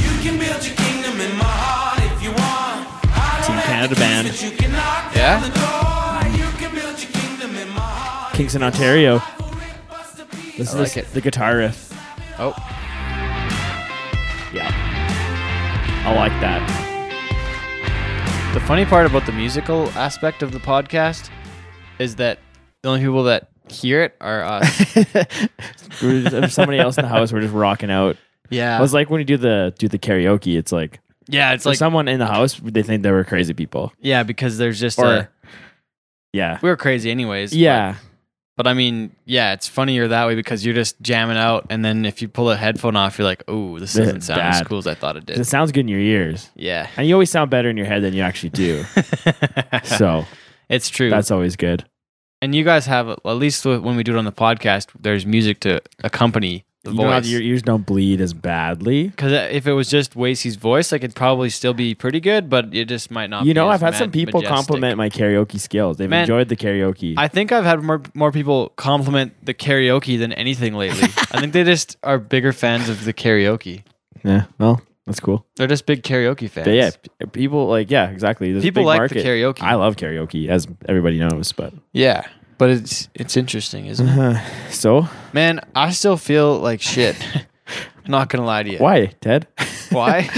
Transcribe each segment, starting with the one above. Build your kingdom in my heart if you want. I Team don't have Canada the keys, band. but you can knock down Yeah? the door. You can build your kingdom in my heart. Kingston, Ontario. This is I like the- it. the guitar riff. Oh, Yeah. I like that. the funny part about the musical aspect of the podcast is that the only people that hear it are us. There was- There's somebody else in the house. We're just rocking out. yeah, I was like when you do the do the karaoke, it's like, yeah, it's for Uh, like someone in the house, they think they were crazy people. yeah, because there's just Or- a, Yeah. we were crazy anyways. but- Yeah. but, I mean, yeah, it's funnier that way because you're just jamming out, and then if you pull a headphone off, you're like, oh, this This doesn't is sound as bad. cool as I thought it 'Cause It did. sounds good in your ears. Yeah, And you always sound better in your head than you actually do. so it's true. that's always good. and you guys have at least when we do it on the podcast, there's music to accompany the You don't have- voice. your e- ears don't bleed as badly. Because if it was just Wasey's voice, like it'd probably still be pretty good, but it just might not. You be know, as I've had ma- some people majestic. compliment my karaoke skills. They've Man, enjoyed the karaoke. I think I've had more more people compliment the karaoke than anything lately. I think they just are bigger fans of the karaoke. yeah. Well, that's cool. They're just big karaoke fans. But yeah, p- people like yeah, exactly. There's a People big like the market. karaoke. I love karaoke, as everybody knows. But yeah. But it's it's interesting, isn't it? Uh, so Man, I still feel like shit. not gonna lie to you. why, Ted? Why?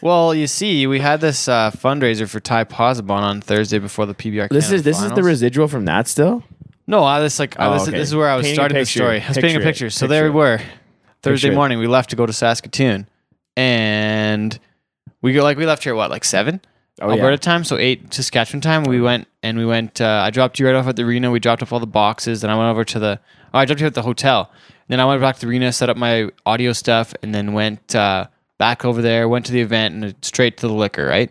well, you see, we had this uh, fundraiser for Ty Posabon on Thursday before the this PBR. Canada is this is the finals. residual from that still. No, I was like, I Oh, was, okay. this is where I was Painting a starting the picture. story. I was painting a Picture it. picture. So Picture there it. we were. Thursday Picture it. morning, we left to go to Saskatoon, and we go like we left here what like seven Oh, Alberta yeah. time, so eight Saskatchewan time. We went and we went. Uh, I dropped you right off at the arena. We dropped off all the boxes. Then I went over to the. Oh, I dropped you at the hotel. Then I went back to the arena, set up my audio stuff, and then went uh, back over there. Went to the event and straight to the liquor. Right,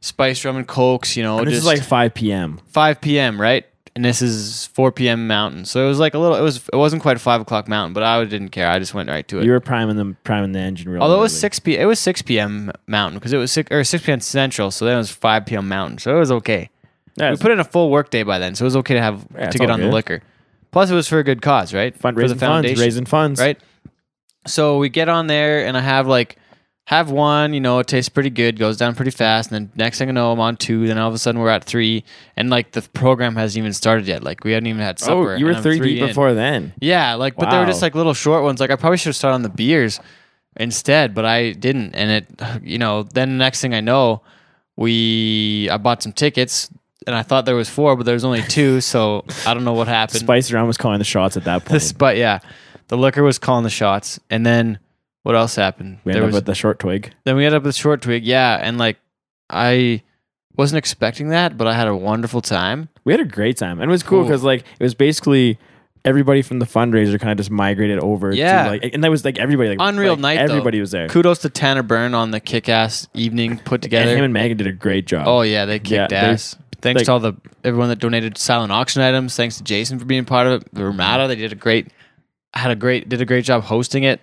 spice rum and cokes. You know, Mm-hmm. This just is like 5 p.m. 5 p.m. right, and this is 4 p.m. Mountain. So it was like a little. It was. It wasn't quite 5 o'clock Mountain, but I didn't care. I just went right to it. You were priming the priming the engine. Real Although it was early. 6 p. It was 6 p.m. Mountain because it was 6 or 6 p.m. Central. So then it was 5 p.m. Mountain. So it was okay. Yeah, We it's put in a full work day by then, so it was okay to have Yeah, it's to get all on the good. liquor. Plus, it was for a good cause, right? for the fundraising funds, foundation raising funds. right? So we get on there, and I have like have one, you know, it tastes pretty good, goes down pretty fast, and then next thing I know, I'm on two, then all of a sudden we're at three, and like the program hasn't even started yet, like we haven't even had supper. Oh, you were and I'm three deep in. before then. Yeah, like but they were Wow. just like little short ones. Like I probably should have started on the beers instead, but I didn't, and it, you know, then the next thing I know, we I bought some tickets. And I thought there was four, but there was only two, so I don't know what happened. Spice around was calling the shots at that point. This, but yeah, the liquor was calling the shots, and then what else happened? we There ended up was- with the short twig. then we ended up with short twig, yeah, and like I wasn't expecting that, but I had a wonderful time. We had a great time, and it was cool Cool. because like it was basically everybody from the fundraiser kind of just migrated over. Yeah. to, like and that was like everybody like Unreal like, night, though. Everybody was there. Kudos to Tanner Byrne on the kick-ass evening put And him together. and Megan did a great job. oh yeah, they kicked Yeah, they- ass. Thanks they- to all the everyone that donated silent auction items. Thanks to Jason for being part of it. The Ramada, they did a great, had a great, did a great job hosting it.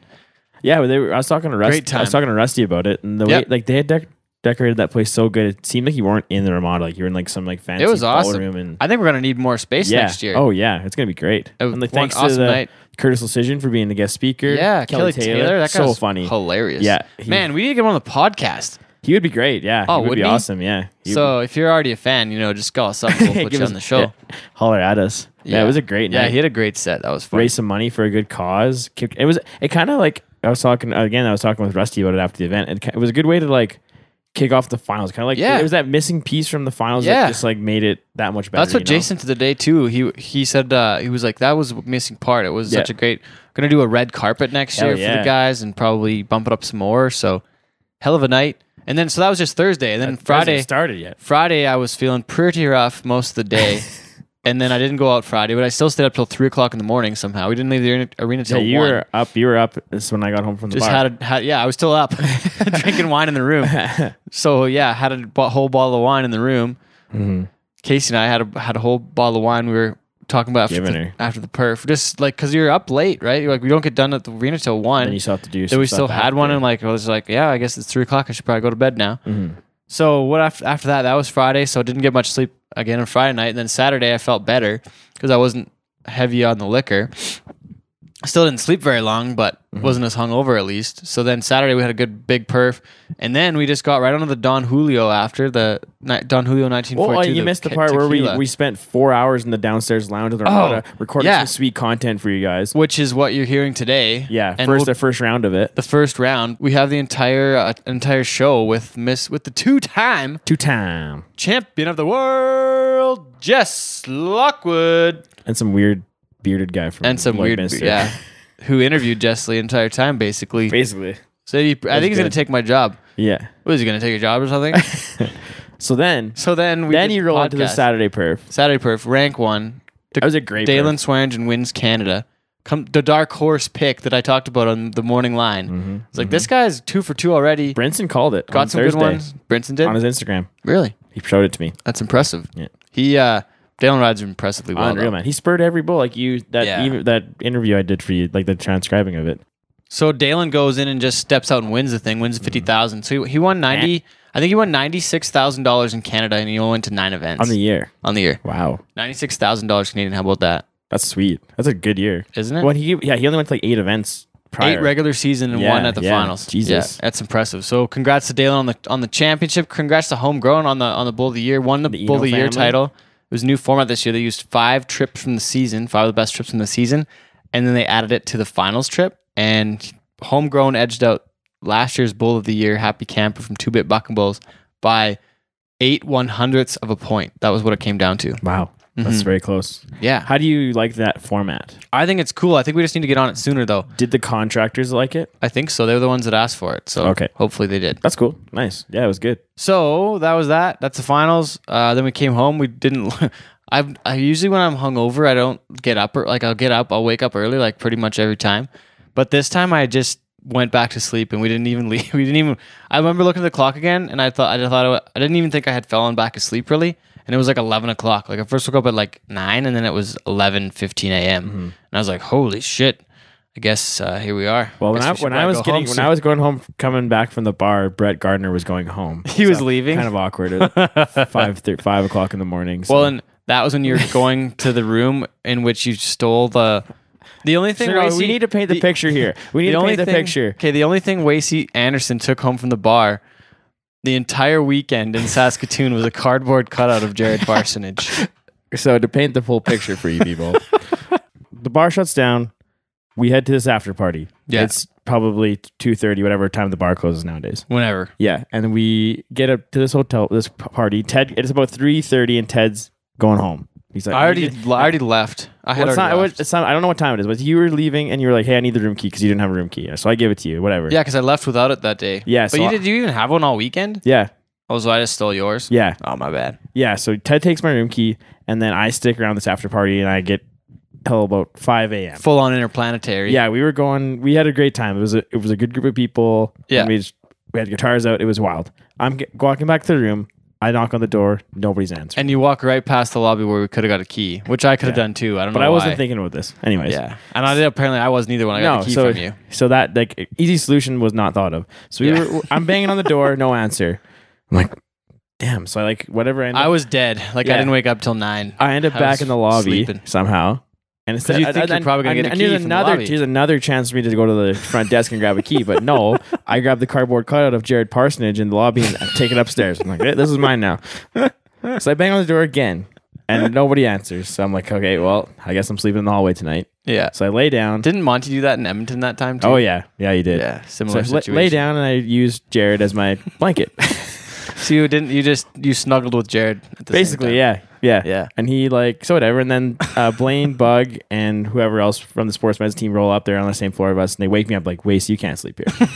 Yeah, but they were, I was talking to Rusty. Great I was time. talking to Rusty about it, and the Yep. way like they had dec- decorated that place so good, it seemed like you weren't in the Ramada. Like you were in like some like fancy It was ballroom awesome. and I think we're gonna need more space yeah. next year. Oh yeah, it's gonna be great. It was and like one thanks to awesome the night. Curtis Lecision for being the guest speaker. Yeah, Kelly, Taylor, That so guy's funny. hilarious. Yeah, he- man, we need to get him on the podcast. He would be great. Yeah, Oh, he would wouldn't be he? awesome. Yeah. He so if you're already a fan, you know, just call us up. and We'll would- put give you us- on the show. yeah, holler at us. Yeah. it was a great night. Yeah, he had a great set. That was fun. raise some money for a good cause. Kick- It was it kind of like I was talking again. I was talking with Rusty about it after the event. It, ki- it was a good way to like kick off the finals. Kind of like Yeah. it was that missing piece from the finals Yeah. that just like made it that much better. That's what you know? Jason to the day too. He he said uh, he was like that was the missing part. It was Yeah. such a great. Gonna do a red carpet next Hell year for yeah. the guys and probably bump it up some more. So hell of a night. And then so that was just Thursday. And then It hasn't Friday started yet. Friday I was feeling pretty rough most of the day. and then I didn't go out Friday, but I still stayed up till three o'clock in the morning somehow. We didn't leave the arena- arena Yeah, till you one. were up. You were up. This is when I got home from the just bar. had a had, yeah i was still up drinking wine in the room so yeah had a bo- whole bottle of wine in the room Mm-hmm. casey and i had a had a whole bottle of wine we were talking about after, Giving the, her. after the perf just like because you're up late right You're like we don't get done at the arena till one Then you still have to do then some we stuff still had one after. Mm-hmm. and like i was like yeah i guess it's three o'clock i should probably go to bed now so what after, after that that was friday so i didn't get much sleep again on friday night and then saturday i felt better because i wasn't heavy on the liquor still didn't sleep very long, but Mm-hmm. wasn't as hungover at least. So then Saturday we had a good big perf, and then we just got right onto the Don Julio after the ni- Don Julio 1942. Well, uh, you missed the ke- part where we, tequila, Oh, we spent four hours in the downstairs lounge of the Ramada recording yeah. some sweet content for you guys. which is what you're hearing today. Yeah, and 1st we'll- the first round of it. the first round we have the entire uh, entire show with Miss with the two time Two time champion of the world, Jess Lockwood. and some weird bearded guy from and some weird, Lloydminster. yeah, who interviewed Jess Lee the entire time, basically. basically So he, I think he's gonna good. take my job. yeah. What is he gonna take a job or something? So then so then we then did you roll into the podcast. Saturday perf. Saturday perf rank one. That was a great Dalen perf. Swearingen wins Canada. Come the dark horse pick that I talked about on the morning line. It's like this guy's two for two already. Brinson called it. Got Mm-hmm. on some Thursday good ones. Brinson did on his Instagram. really. He showed it to me. That's impressive. Yeah. He uh, Dalen rides impressively well. Unreal though. man. He spurred every bull like you that Yeah. even, that interview I did for you, like the transcribing of it. So Dalen goes in and just steps out and wins the thing, wins fifty thousand. So he, he won ninety. I think he won ninety six thousand dollars in Canada, and he only went to nine events On the year. on the year. Wow. Ninety six thousand dollars Canadian. How about that? That's sweet. That's a good year. Isn't it? When he yeah, he only went to like eight events prior. Eight regular season and Yeah, one at the yeah. finals. Jesus. Yeah, that's impressive. So congrats to Dalen on the on the championship. Congrats to homegrown on the on the bull of the year. Won the, The bull of Eno the year family. title. It was a new format this year. They used five trips from the season, five of the best trips from the season, and then they added it to the finals trip. And homegrown edged out last year's bull of the year, Happy Camper from Two Bit Bucking Bulls, by eight one hundredths of a point. That was what it came down to. Wow. Mhm. That's very close. Yeah, How do you like that format? I think it's cool. I think we just need to get on it sooner, though. Did the contractors like it? I think so. They were the ones that asked for it, so Okay. hopefully they did. That's cool. Nice. Yeah, it was good. So that was that. That's the finals. Uh, then we came home. We didn't. I I usually when I'm hungover, I don't get up. Or, like I'll get up. I'll wake up early, like pretty much every time. But this time I just went back to sleep, and we didn't even leave. We didn't even. I remember looking at the clock again, and I thought I thought I, wa- I didn't even think I had fallen back asleep really. And it was like eleven o'clock. Like I first woke up at like nine, and then it was eleven fifteen a.m. Mm-hmm. And I was like, "Holy shit!" I guess uh, here we are. Well, when Guess I, we should when I probably was go getting home when soon. I was going home, coming back from the bar, Brett Gardner was going home. He was leaving. Kind of awkward at five thir- five o'clock in the morning. so- Well, and that was when you were going to the room in which you stole the. The only thing Sir, we Wacy- need to paint the, picture here. We need to paint the picture. Okay, the only thing Wacy Anderson took home from the bar the entire weekend in Saskatoon was a cardboard cutout of Jared Parsonage. So to paint the full picture for you people, the bar shuts down. We head to this after party. Yeah. It's probably two thirty, whatever time the bar closes nowadays. Whenever. Yeah, and we get up to this hotel, this p- party. Ted, it's about three thirty, and Ted's going home. He's like, I already, I already left. I had Well, it's not, already it left. was- it's not- I don't know what time it is, but you were leaving, and you were like, "Hey, I need the room key because you didn't have a room key." So I give it to you, whatever. yeah, because I left without it that day. Yeah, But so you, I- did you even have one all weekend? yeah, Oh, so I just stole yours? yeah, Oh, my bad. yeah. So Ted takes my room key, and then I stick around this after party, and I get till about five a.m. Full on interplanetary. Yeah, we were going. We had a great time. It was a it was a good group of people. Yeah. and we just, we had guitars out. It was wild. I'm g- walking back to the room. I knock on the door. Nobody's answering. And you walk right past the lobby where we could have got a key, which I could have done too. I don't but know I wasn't why. thinking about this. Anyways. Yeah, and I did, apparently I wasn't either when I got the key so, from you. So that like easy solution was not thought of. So we Yeah. were, I'm banging on the door, no answer. I'm like, damn. So I like whatever. I end up, I was dead. Like I Yeah. didn't wake up till nine. I end up I was back in the lobby sleeping. somehow. And instead, you I- I- think you're I- probably gonna I- get a I knew key there's from the another, lobby. There's another chance for me to go to the front desk and grab a key, but no, I grabbed the cardboard cutout of Jared Parsonage in the lobby and I take it upstairs. I'm like, "Eh, this is mine now. So I bang on the door again, and nobody answers. So I'm like, okay, well, I guess I'm sleeping in the hallway tonight. Yeah. So I lay down. Didn't Monty do that in Edmonton that time too? Oh yeah, yeah, you did. Yeah, So similar I la- situation. lay down and I used Jared as my blanket. So you didn't. You just you snuggled with Jared. At the Basically, same time. yeah, yeah, Yeah. And he like so whatever. And then uh, Blaine, Bug, and whoever else from the sports meds team roll up. They're on the same floor of us, and they wake me up like, "Waste, you can't sleep here."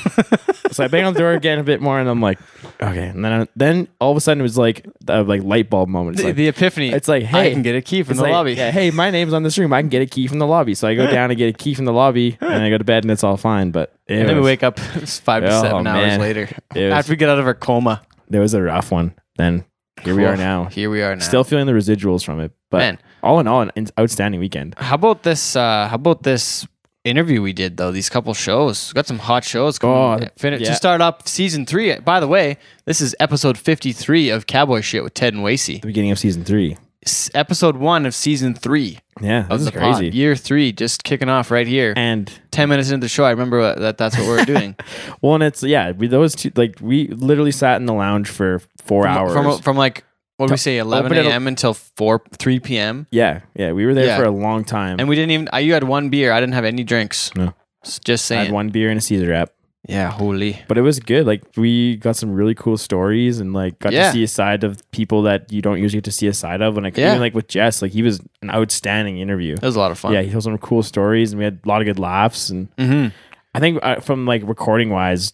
so I bang on the door again a bit more, and I'm like, "Okay." And then then all of a sudden it was like the like light bulb moment. It's The, like, the epiphany. it's like, I hey, can get a key from it's the like, lobby. yeah, hey, my name's on this room. I can get a key from the lobby. So I go down and get a key from the lobby, and I go to bed, and it's all fine. But it And then we was- wake up it's five to Oh, seven hours man. later It was- after we get out of our coma. There was a rough one. Then here we Cool. are now. Here we are now. Still feeling the residuals from it. But Man. all in all, an an outstanding weekend. How about this? Uh, how about this interview we did though? These couple shows got some hot shows. coming. Oh, Fin- yeah. to start up season uh, three. By the way, this is episode fifty-three of Cowboy Shit with Ted and Wacy. The beginning of season three. s- episode one of season three. Yeah, of Oh, this is the pod. crazy. Year three, just kicking off right here. And Ten minutes into the show, I remember what, that that's what we we're doing. well, and it's yeah, we, those two like we literally sat in the lounge for four hours. from from like what do we say, eleven open it- a.m. until four three p.m. yeah, yeah, we were there Yeah. for a long time. And we didn't even. I, you had one beer. I didn't have any drinks. No. S- Just I saying. had one beer and a Caesar wrap, Yeah, holy. but it was good. Like we got some really cool stories and like got Yeah. to see a side of people that you don't usually get to see a side of. And like Yeah. even like with Jess, like he was an outstanding interview. That was a lot of fun. Yeah, he told some cool stories, and we had a lot of good laughs. And hmm I think uh, from like recording wise,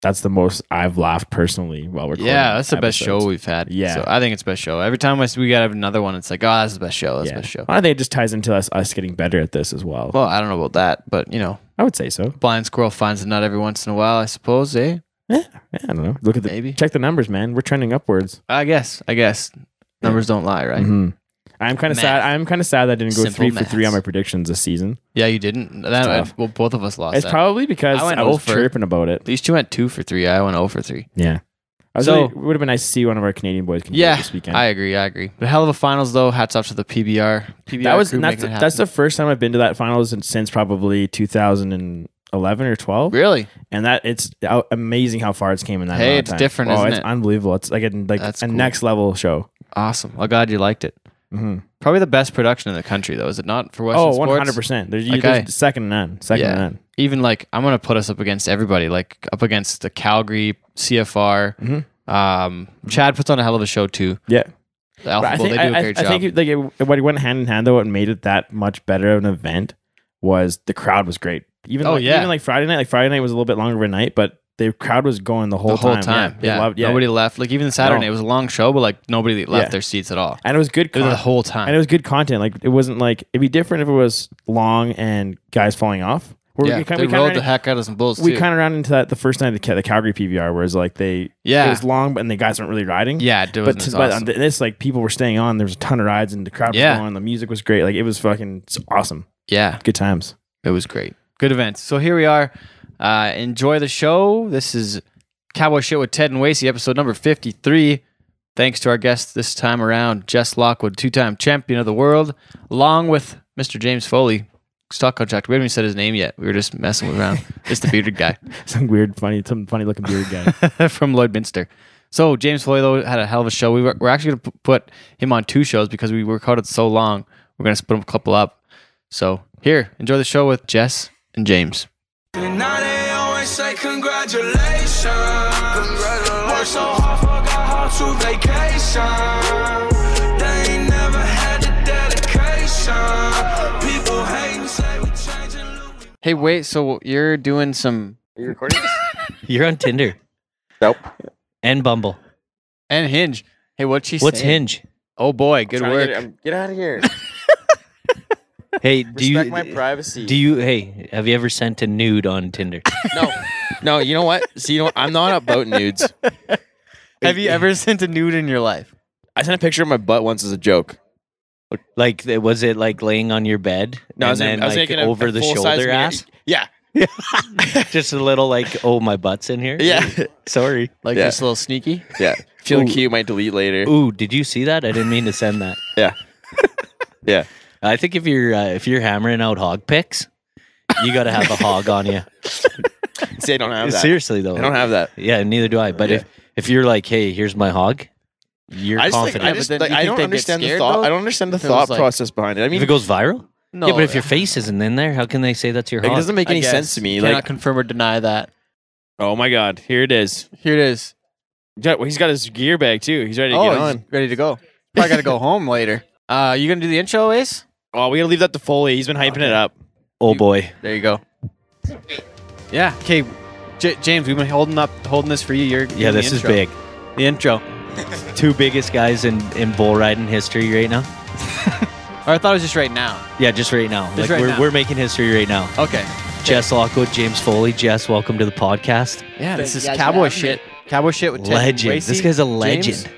that's the most I've laughed personally while recording. Yeah, that's the best episodes. show we've had. Yeah. so I think it's best show. Every time I s- we got another one, it's like, oh, that's the best show. That's the best show. I think it just ties into us us getting better at this as well. Well, I don't know about that, but you know, I would say so. blind squirrel finds a nut every once in a while, I suppose. Eh? Yeah, yeah, I don't know. Look at the Maybe. check the numbers, man. We're trending upwards. I guess. I guess numbers don't lie, right? Mhm. I'm kind of Math. sad. I'm kind of sad that I didn't go Simple three for three on my maths. predictions this season. Yeah, you didn't. That, tough. well, both of us lost. It's that. probably because I I, went was over. chirping about it. These two went two for three. I went zero for three. Yeah, I was So- really- it would have been nice to see one of our Canadian boys. compete Yeah, this weekend. I agree. I agree. But hell of a finals though. Hats off to the PBR. PBR that was crew and that's making it the, that's happen. the first time I've been to that finals in- since probably 2011 or 12. really. And that it's out- amazing how far it's came in that. Hey, amount of it's time. different, Oh, isn't it's it? unbelievable. It's like a, like That's a cool. next level show. Awesome. Well, glad you liked it. Mm-hmm. Probably the best production in the country, though, is it not? For Western Oh, sports, 100%. There's, you Like I- there's second to none. Second Yeah. to none. Even like I'm gonna put us up against everybody, like up against the Calgary CFR. Mm-hmm. Um, Chad puts on a hell of a show too. Yeah. The But Alpha I Bull, think, they do a I, I- great I job. think it- like it, what went hand in hand though, what made it that much better of an event was the crowd was great. Even Oh, like, yeah. even like Friday night, like Friday night was a little bit longer of a night, but the crowd was going the whole, the whole time, they yeah, loved- Nobody left. Like even Saturday, No. it was a long show, but like nobody left Yeah. their seats at all. and it was good. It was the con- whole time. and it was good content. Like it wasn't like it'd be different if it was long and guys falling off. Where yeah, we kind they we rode kind the of heck out of some bulls we too. kind of ran into that the first night of the, Ca- the Calgary PBR, where it's like they Yeah. it was long, but and the guys weren't really riding. yeah, it but wasn't to, as but on awesome. th- this like people were staying on. There was a ton of rides and the crowd Yeah. was going. The music was great. Like it was fucking it's awesome. yeah, Good times. It was great. Good event. So here we are. Uh, enjoy the show. This is Cowboy Shit with Ted and Wasey, episode number 53. Thanks to our guest this time around, Jess Lockwood, two time champion of the world, along with Mr. James Foley, stock contractor. We haven't even said his name yet. We were just messing around. just the bearded guy Some weird, funny, some funny looking beard guy. from Lloydminster. So James Foley, though, had a hell of a show. We were, we're actually going to put him on two shows because we recorded so long. We're going to split a couple up. So here, enjoy the show with Jess and James. And now they always say congratulations. Congratulations. Worked so hard, forgot how to vacation. They ain't never had the dedication. People hate and say we changing. look, we Hey, wait. So you're doing some You're on Tinder. Nope. And Bumble. and Hinge. Hey, what's she? What's saying? Hinge? Oh boy, good Trying to work. Get, um, get out of here. Hey, do you Respect my privacy. do you hey, have you ever sent a nude on Tinder? No, no. You know what? See, you know what? I'm not about nudes. Have you ever sent a nude in your life? I sent a picture of my butt once as a joke. like th- was it like laying on your bed No, I was, and then I was like making a- over a the full-size shoulder mirror. ass? Yeah, Just a little like, oh my butt's in here. yeah, Sorry. Like Yeah. just a little sneaky. yeah. Feeling cute, might delete later. Ooh, did you see that? I didn't mean to send that. Yeah, yeah. I think if you're uh, if you're hammering out hog pics, you got to have a hog on you. See, I don't have that. Seriously though. I don't have that. yeah, neither do I. But Yeah. if if you're like, hey, here's my hog, you're I just, like, confident. I, but just, then like, you I think don't they'd get understand the scared, thought. though? I don't understand the If it thought was, like- process behind it. I mean, if it goes viral, No. yeah, but if your face isn't in there, how can they say that's your like, hog? it doesn't make I any guess. sense to me. cannot Like, confirm or deny that. oh my god, here it is. Here it is. Yeah, well, He's got his gear bag too. He's ready to get Oh, he's on. ready to go. Probably gotta go home later. Uh, you gonna do the intro, Ace? Oh, we gotta leave that to Foley. He's been hyping it up. oh boy. There you go. Yeah. Okay. J- James, we've been holding up, holding this for you. You're Yeah, doing the this is intro. big. The intro. Two biggest guys in, in bull riding history right now. Or I thought it was just right now. Yeah, just right now. Just like right we're, now. we're making history right now. Okay. Jess Lockwood, James Foley. Jess, welcome to the podcast. Yeah, this you is guys for cowboy having me. shit. Cowboy shit with Ted Legend. Wasey, This guy's a James. legend.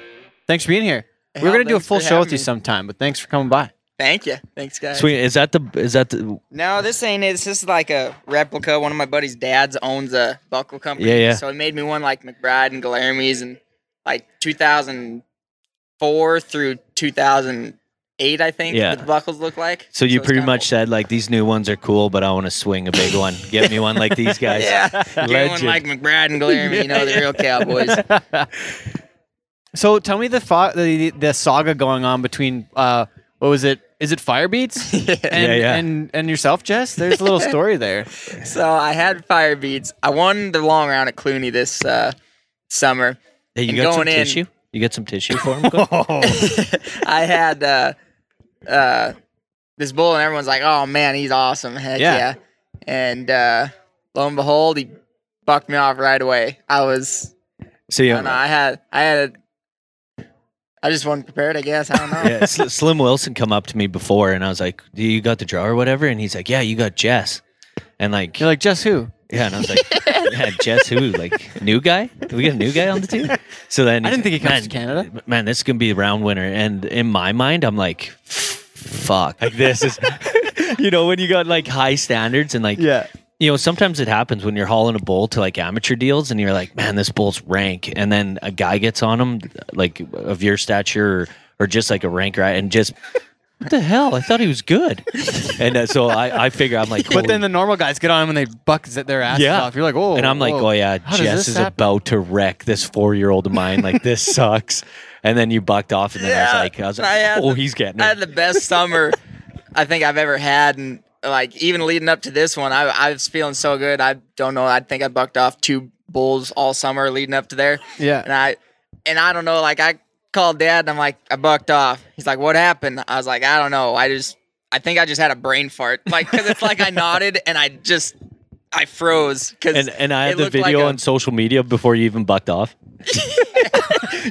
Thanks for being here. We Hell, We're gonna do a thanks full for show with having you me. sometime, but thanks for coming by. Thank you. Thanks, guys. Sweet. Is that the is that the No, this ain't it. This is like a replica. One of my buddy's dads owns a buckle company. Yeah, yeah. So he made me one like McBride and Galermes and like 2000, four through 2008, I think. Yeah. The buckles look like. So you it's pretty kinda much said like these new ones are cool, but I want to swing a big one. Get me one like these cool. guys. Yeah. Get one Legend. like McBride and Glareman, you know, the real cowboys. So tell me the fo- the, the saga going on between uh what was it? Is it Firebeats? and, Yeah, yeah. and and yourself, Jess? There's a little story there. so I had fire beads. I won the long round at Clooney this uh, summer. Hey, you And got some going in- tissue? You got some tissue for him? Cole? I had uh, uh, this bull, and everyone's like, "Oh man, he's awesome! Heck Yeah. yeah!" And uh, lo and behold, he bucked me off right away. I was, so I yeah, don't know, I had, I had, I just wasn't prepared. I guess I don't know. yeah, Sl- Slim Wilson come up to me before, and I was like, "Do you got the draw or whatever?" And he's like, "Yeah, you got Jess." And like, You're like, Jess who? yeah, and I was like, "Yeah, Jess, who? Like, new guy? We got a new guy on the team?" So then I didn't think he he's comes like, to Canada. man, man, this is gonna be a round winner. And in my mind, I'm like, "Fuck!" Like this is, you know, when you got like high standards and like, you know, sometimes it happens when you're hauling a bull to like amateur deals and you're like, man, this bull's rank. And then a guy gets on him, like of your stature or, or just like a rank guy, and just, what the hell? I thought he was good. and uh, so I, I figure, I'm like, But then "Holy the normal guys get on him and they buck z- their asses Yeah. off. You're like, oh. and I'm like, whoa. oh yeah, How does Jess this is happen?" about to wreck this four year old of mine. Like this sucks. And then you bucked off, and then I was Yeah, like, I was I like, had oh, the- he's getting I had it. the best summer I think I've ever had, and like even leading up to this one, I, I was feeling so good. I don't know. I think I bucked off two bulls all summer leading up to there, Yeah. and I and I don't know. Like I called dad, and I'm like, I bucked off. He's like, what happened? I was like, I don't know. I just I think I just had a brain fart, like because it's like I nodded and I just I froze because And and I it had the looked like video a- on social media before you even bucked off.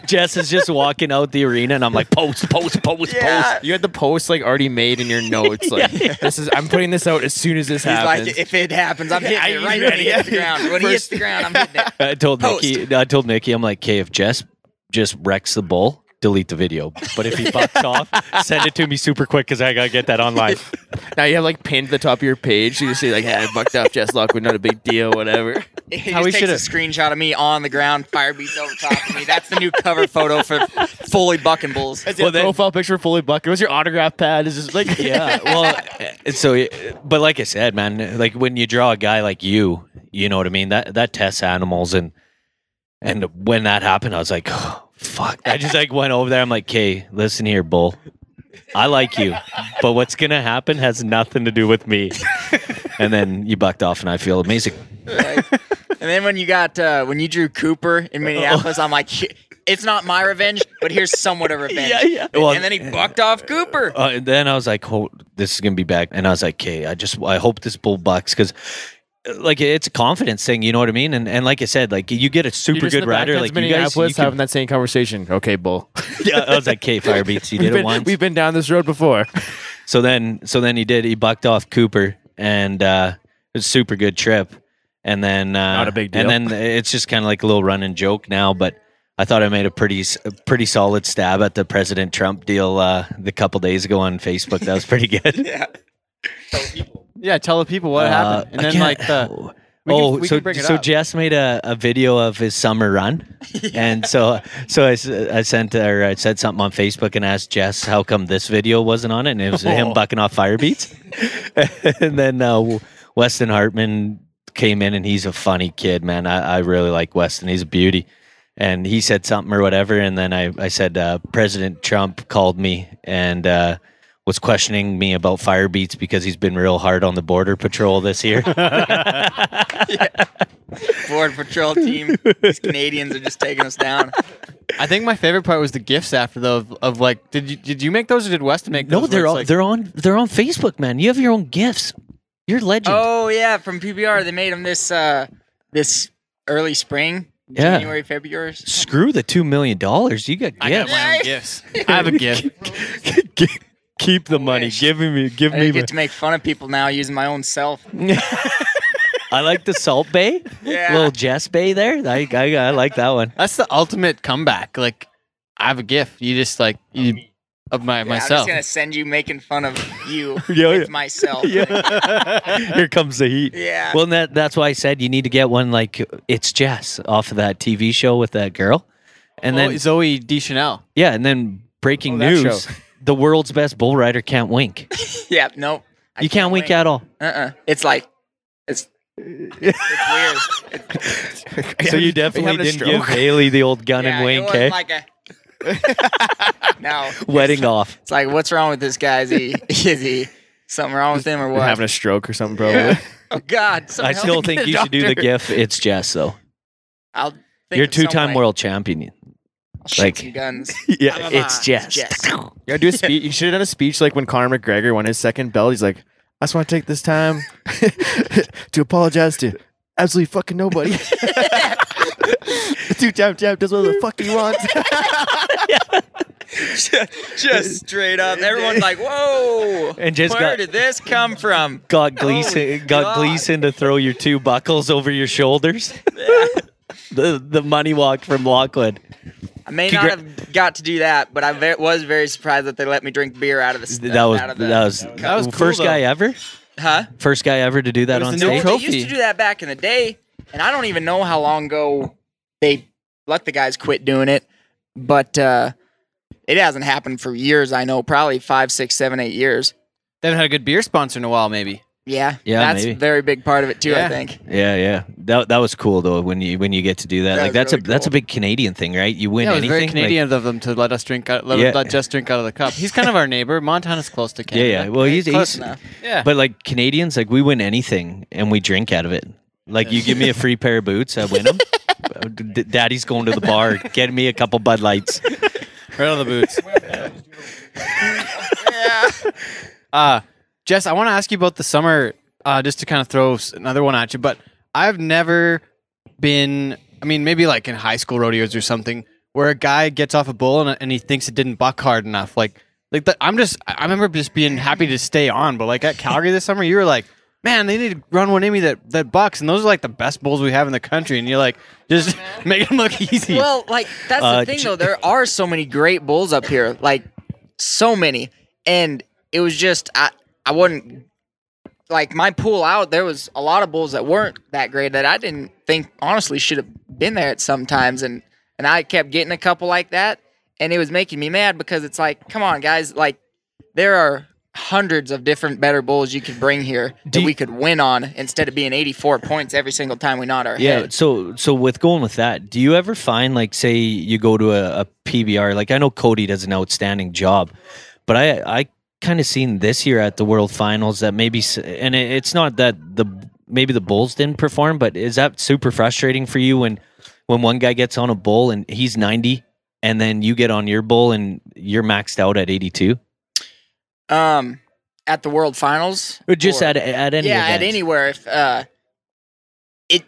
Jess is just walking out the arena, and I'm like, post, post, post, yeah. post. You had the post like already made in your notes. Like this is I'm putting this out as soon as this He's happens. like, if it happens, I'm hitting it right when he hits the ground. When he hits the ground, I'm hitting it. I told Post. Nikki, I told Nikki, I'm like, okay, if Jess just wrecks the bull, delete the video. But if he bucks off, send it to me super quick because I gotta get that online. now you have like pinned to the top of your page. You just say like, "Yeah, I bucked up Jess Lockwood, not a big deal, whatever." He How just we takes a should've- screenshot of me on the ground, fire beats over top of me. That's the new cover photo for fully bucking bulls. well, profile picture fully bucket. What's your autograph pad? Is just like yeah. Well, uh, so, but like I said, man, like when you draw a guy like you, you know what I mean. That that tests animals, and and when that happened, I was like, "Oh, fuck. I just like went over there. I'm like, okay, listen here, bull. I like you, but what's gonna happen has nothing to do with me. and then you bucked off, and I feel amazing. Like, and then when you got uh, when you drew Cooper in Minneapolis, I'm like, "Here- it's not my revenge, but here's somewhat of revenge. Yeah, yeah. And, Well, and then he bucked off Cooper. Uh, and then I was like, oh, this is gonna be back. And I was like, okay, I just I hope this bull bucks because. Like it's a confidence thing, you know what I mean, and and like I said, like you get a super good rider, like you guys. You Minneapolis can- having that same conversation. Okay, bull. yeah, I was like, "Okay, Fire Beats, you We've did it been, once." we've been down this road before. So then, so then he did. He bucked off Cooper, and uh, it was a super good trip. And then uh, Not a big deal. And then it's just kind of like a little running joke now. But I thought I made a pretty, s- a pretty solid stab at the President Trump deal uh, the couple days ago on Facebook. That was pretty good. yeah. Yeah, tell the people what Uh, happened. And I then, can't- like, the. we can- oh, we so can bring it so up. Jess made a, a video of his summer run, and so so I, s- I sent or I said something on Facebook and asked Jess how come this video wasn't on it, and it was him Oh. bucking off fire beats, and then uh, Weston Hartman came in and he's a funny kid, man. I, I really like Weston; he's a beauty. And he said something or whatever, and then I I said uh, President Trump called me and. Uh, was questioning me about fire beats because he's been real hard on the border patrol this year. Border Patrol team. These Canadians are just taking us down. I think my favorite part was the gifts after though of, of like did you did you make those or did Weston make those? No, where they're it's on like- they're on they're on Facebook, man. You have your own gifts. You're a legend. Oh yeah, from PBR they made him this uh this early spring. Yeah. January, February. Screw the two million dollars. You got I got gifts. my own gifts. I have a gift. Keep the money. wish. Give me give I me. get to make fun of people now using my own self. I like the Salt Bay. Yeah. Little Jess Bay there. I, I I like that one. That's the ultimate comeback. Like I have a gift. You just like you of my Yeah, I'm myself. just gonna send you making fun of you Yeah, oh, yeah. with myself. Here comes the heat. Yeah. Well, and that that's why I said you need to get one like it's Jess off of that TV show with that girl. And then then Zoe Deschanel. yeah, and then breaking Oh, that news: show. the world's best bull rider can't wink. Yeah, no. I You can't wink at all. Uh uh It's like, it's, it's weird. It's, So you definitely didn't give Bailey the old gun yeah, and it wink, wasn't eh? like a. no. Wedding off. It's like, what's wrong with this guy? Is he, is he something wrong with him or what? having a stroke or something, probably. oh, God. I someone still help me think get a you should do the doctor. gif. It's Jess though. I'll think You're of some two-time way. world champion. I'll shoot like- some guns. Yeah, it's it's Jess. Jess. Yeah, do a speech. You should have done a speech like when Conor McGregor won his second belt. He's like, I just want to take this time to apologize to absolutely fucking nobody. Two tap tap does whatever the fuck he wants. Just straight up. Everyone's like, whoa. And just got- where did this come from? Got Gleason, Oh, got God. Gleason to throw your two buckles over your shoulders. the the money walk from Lockwood. I may Congra- not have got to do that, but I ve- was very surprised that they let me drink beer out of the. That was out that of the, was, was cool, first guy ever. huh? First guy ever to do that was on the new No, stage. they Trophy. used to do that back in the day, and I don't even know how long ago they let the guys quit doing it, but uh, it hasn't happened for years. I know, probably five, six, seven, eight years. They haven't had a good beer sponsor in a while, maybe. Yeah, Yeah, that's maybe. a very big part of it too. I Yeah. think. Yeah, yeah. That that was cool though when you when you get to do that. That like was that's a really that's a cool. big Canadian thing, right? You win Yeah, it was anything. very like- Canadian of them to let us drink out, let, Yeah. let Jess drink out of the cup. He's kind of our neighbor. Montana's close to yeah, Canada. yeah. Well, he's, Close he's enough. yeah. but like Canadians, like we win anything and we drink out of it. Like you give me a free pair of boots, I win them. Daddy's going to the bar. Get me a couple Bud Lights. Right on the boots. Uh, Jess, I want to ask you about the summer, uh, just to kind of throw s- another one at you. But I've never been, I mean, maybe like in high school rodeos or something, where a guy gets off a bull and, and he thinks it didn't buck hard enough. Like, like that, I'm just, I I remember just being happy to stay on. But like at Calgary this summer, you were like, man, they need to run one in me that, that bucks. And those are like the best bulls we have in the country. And you're like, just make them look easy. Well, like that's Uh, the thing j- though. There are so many great bulls up here, like so many, and it was just I I wouldn't like my pool out. There was a lot of bulls that weren't that great that I didn't think honestly should have been there at some times, and and I kept getting a couple like that, and it was making me mad because it's like, come on, guys, like there are. Hundreds of different better bulls you could bring here that we could win on instead of being 84 points every single time we nod our head. Yeah. So so with going with that, do you ever find like say you go to a, a PBR? Like I know Cody does an outstanding job, but I I kind of seen this year at the World Finals that maybe s- and it, it's not that the maybe the Bulls didn't perform, but is that super frustrating for you when when one guy gets on a bull and he's ninety? And then you get on your bull and you're maxed out at 82. Um, at the World Finals, Or just Or- at, at any yeah, event. at anywhere. If uh, it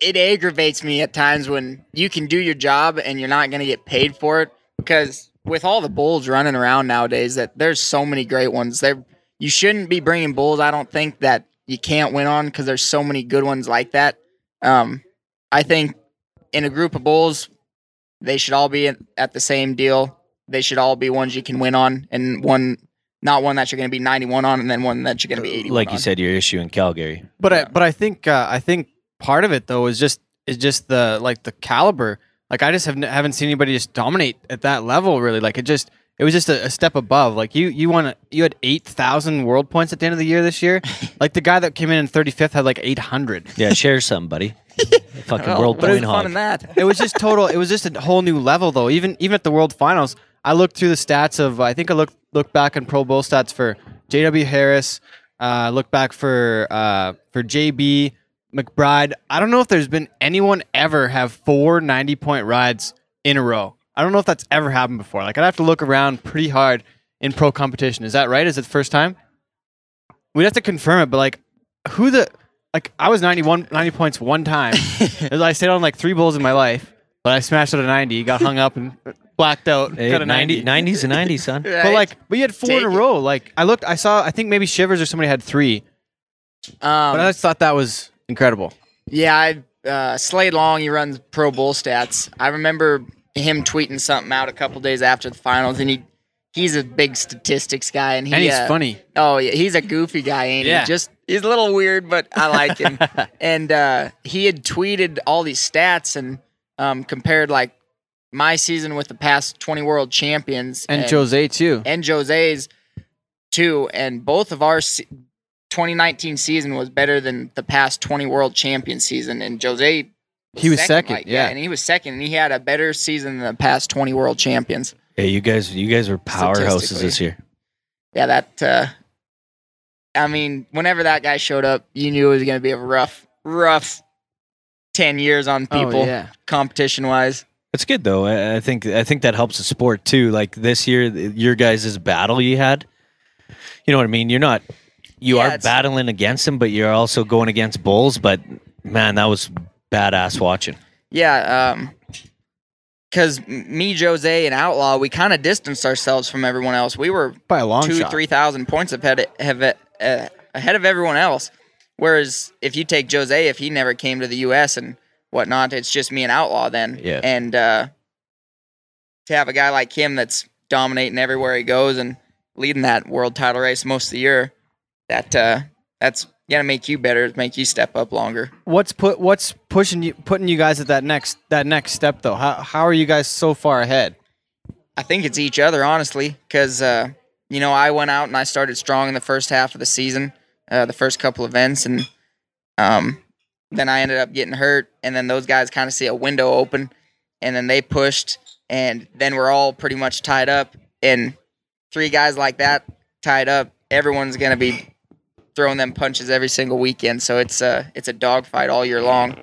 it aggravates me at times when you can do your job and you're not going to get paid for it because with all the bulls running around nowadays, that there's so many great ones. There, you shouldn't be bringing bulls. I don't think that you can't win on because there's so many good ones like that. Um, I think in a group of bulls, they should all be at- at the same deal. They should all be ones you can win on, and one not one that you're going to be 91 on, and then one that you're going to be 81. Uh, Like on. you said, your issue in Calgary. But I but I think uh, I think part of it though is just is just the like the caliber. Like I just have n- haven't seen anybody just dominate at that level really. Like it just it was just a, a step above. Like you you won a- you had eight thousand world points at the end of the year this year. like the guy that came in in thirty fifth had like eight hundred. Yeah, share some, buddy. Fucking world What is point the fun hog. in that? It was just total. It was just a whole new level though. Even even at the world finals, I looked through the stats of I think I looked looked back in Pro Bowl stats for J.W. Harris. Uh, look back for uh, for JB McBride. I don't know if there's been anyone ever have four 90 point rides in a row. I don't know if that's ever happened before. Like I'd have to look around pretty hard in pro competition. Is that right? Is it the first time? We'd have to confirm it, but like who the like I was 91 90 points one time. And I stayed on like three bulls in my life, but I smashed out a 90, got hung up and blacked out, Hey, got a 90, 90. 90s and 90s, son. But like we had four in a Take it. row. Like I looked, I saw. I think maybe Shivers or somebody had three, but I um, just thought that was incredible. yeah, I, uh, Slade Long, he runs Pro Bowl stats. I remember him tweeting something out a couple days after the finals, and he he's a big statistics guy, and he And he's uh, funny. Oh yeah, he's a goofy guy, ain't Yeah. he? Just he's a little weird, but I like him. and uh, he had tweeted all these stats and um, compared like my season with the past 20 world champions and Jose too. and Jose's too, and both of our se- 2019 season was better than the past 20 world champion season, and Jose. He was second, like, yeah. and he was second, and he had a better season than the past 20 world champions. Yeah, you guys, you guys were powerhouses Statistically. this year. Yeah, that. Uh, I mean, whenever that guy showed up, you knew it was going to be a rough, rough 10 years on people, Oh, yeah. competition wise. That's good though. I, I think I think that helps the sport too. Like this year, th- your guys' battle you had. You know what I mean? You're not. You Yeah, are it's- battling against them, but you're also going against bulls. But man, that was badass watching. Yeah, um, because me, Jose, and Outlaw, we kind of distanced ourselves from everyone else. We were By a long two, shot. three thousand points ahead have, uh, ahead of everyone else. Whereas if you take Jose, if he never came to the U.S. and whatnot, it's just me and Outlaw then. Yeah. And uh, to have a guy like him that's dominating everywhere he goes and leading that world title race most of the year, that uh, that's gonna make you better, make you step up longer. What's put what's pushing you putting you guys at that next that next step though? How how are you guys so far ahead? I think it's each other, honestly, because uh, you know I went out and I started strong in the first half of the season, uh, the first couple events, and um, then I ended up getting hurt, and then those guys kind of see a window open, and then they pushed, and then we're all pretty much tied up, and three guys like that tied up, everyone's gonna be throwing them punches every single weekend, so it's a it's a dogfight all year long.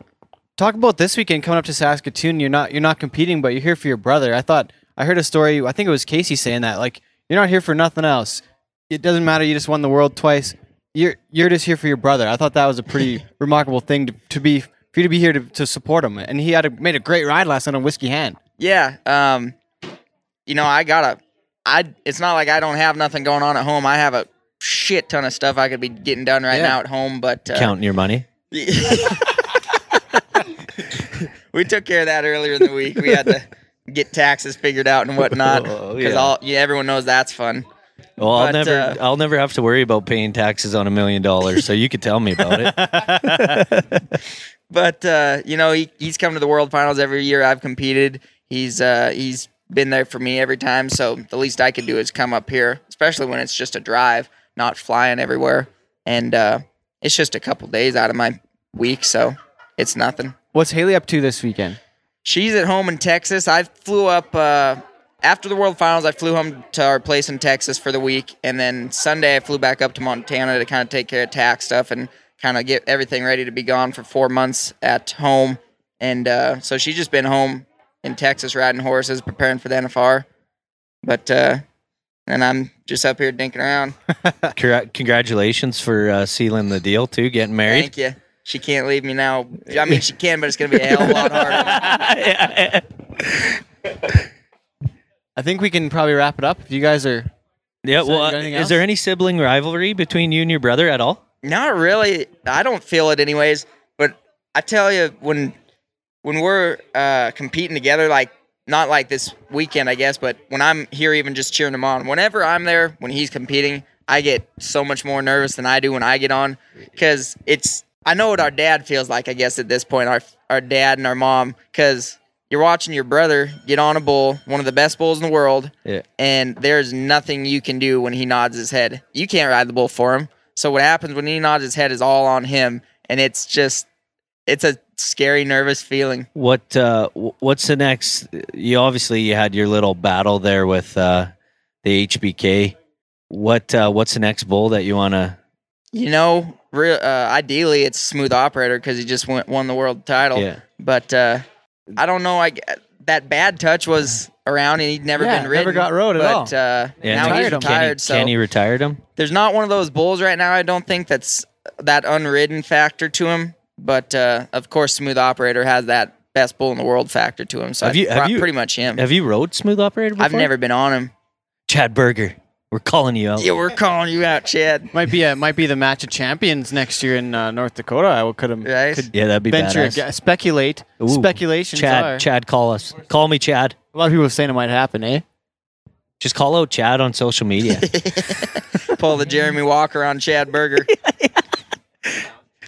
Talk about this weekend coming up to Saskatoon. You're not you're not competing, but you're here for your brother. I thought I heard a story. I think it was Casey saying that like you're not here for nothing else. It doesn't matter. You just won the world twice. You're you're just here for your brother. I thought that was a pretty remarkable thing to, to be for you to be here to, to support him. And he had a, made a great ride last night on Whiskey Hand. Yeah. Um, you know, I gotta. I. It's not like I don't have nothing going on at home. I have a shit ton of stuff I could be getting done right Yeah. now at home. But uh, Counting your money. we took care of that earlier in the week. We had to get taxes figured out and whatnot Oh, because yeah. all yeah, everyone knows that's fun. Well, I'll But, never, uh, I'll never have to worry about paying taxes on a million dollars. So you could tell me about it. But uh, you know, he, he's come to the World Finals every year I've competed. He's uh, he's been there for me every time. So the least I could do is come up here, especially when it's just a drive, not flying everywhere, and uh, it's just a couple days out of my week, so it's nothing. What's Haley up to this weekend? She's at home in Texas. I flew up uh, after the World Finals. I flew home to our place in Texas for the week, and then Sunday I flew back up to Montana to kind of take care of tax stuff and kind of get everything ready to be gone for four months at home. And uh, so she's just been home in Texas riding horses, preparing for the NFR. But uh, and I'm just up here dinking around. Congr- Congratulations for uh, sealing the deal too, getting married. Thank you. She can't leave me now. I mean, she can, but it's gonna be a hell of a lot harder. I think we can probably wrap it up. If you guys are Yeah. you well, uh, got anything is there else? any sibling rivalry between you and your brother at all? Not really. I don't feel it anyways. But I tell you, when when we're uh, competing together, like not like this weekend, I guess, but when I'm here, even just cheering him on, whenever I'm there, when he's competing, I get so much more nervous than I do when I get on, because it's I know what our dad feels like. I guess at this point, our our dad and our mom, because you're watching your brother get on a bull, one of the best bulls in the world, Yeah. and there's nothing you can do when he nods his head. You can't ride the bull for him. So what happens when he nods his head is all on him, and it's just it's a scary, nervous feeling. What uh, wh- what's the next? You obviously you had your little battle there with uh, the HBK. What uh, what's the next bull that you want to? You know, real, uh, ideally it's smooth operator because he just went, won the world title. Yeah. But uh, I don't know. I g- that bad touch was around, and he'd never Yeah, been never ridden. got rode at but, Uh, Yeah, now retired he's him. retired. Can he- so Kenny retired him. there's not one of those bulls right now. I don't think that's that unridden factor to him. But uh, of course, smooth operator has that best bull in the world factor to him. So Have I'd you- have pro- you- pretty much him. Have you rode smooth operator? Before? I've never been on him. Chad Berger, we're calling you out. Yeah, we're calling you out, Chad. might be a, might be the match of champions next year in uh, North Dakota. I could have Right? could Yeah, that'd be venture a badass. gu- speculate. Ooh. Speculations Chad, are Chad, call us. Call me, Chad. a lot of people are saying it might happen, eh? Just call out Chad on social media. Pull the Jeremy Walker on Chad Berger.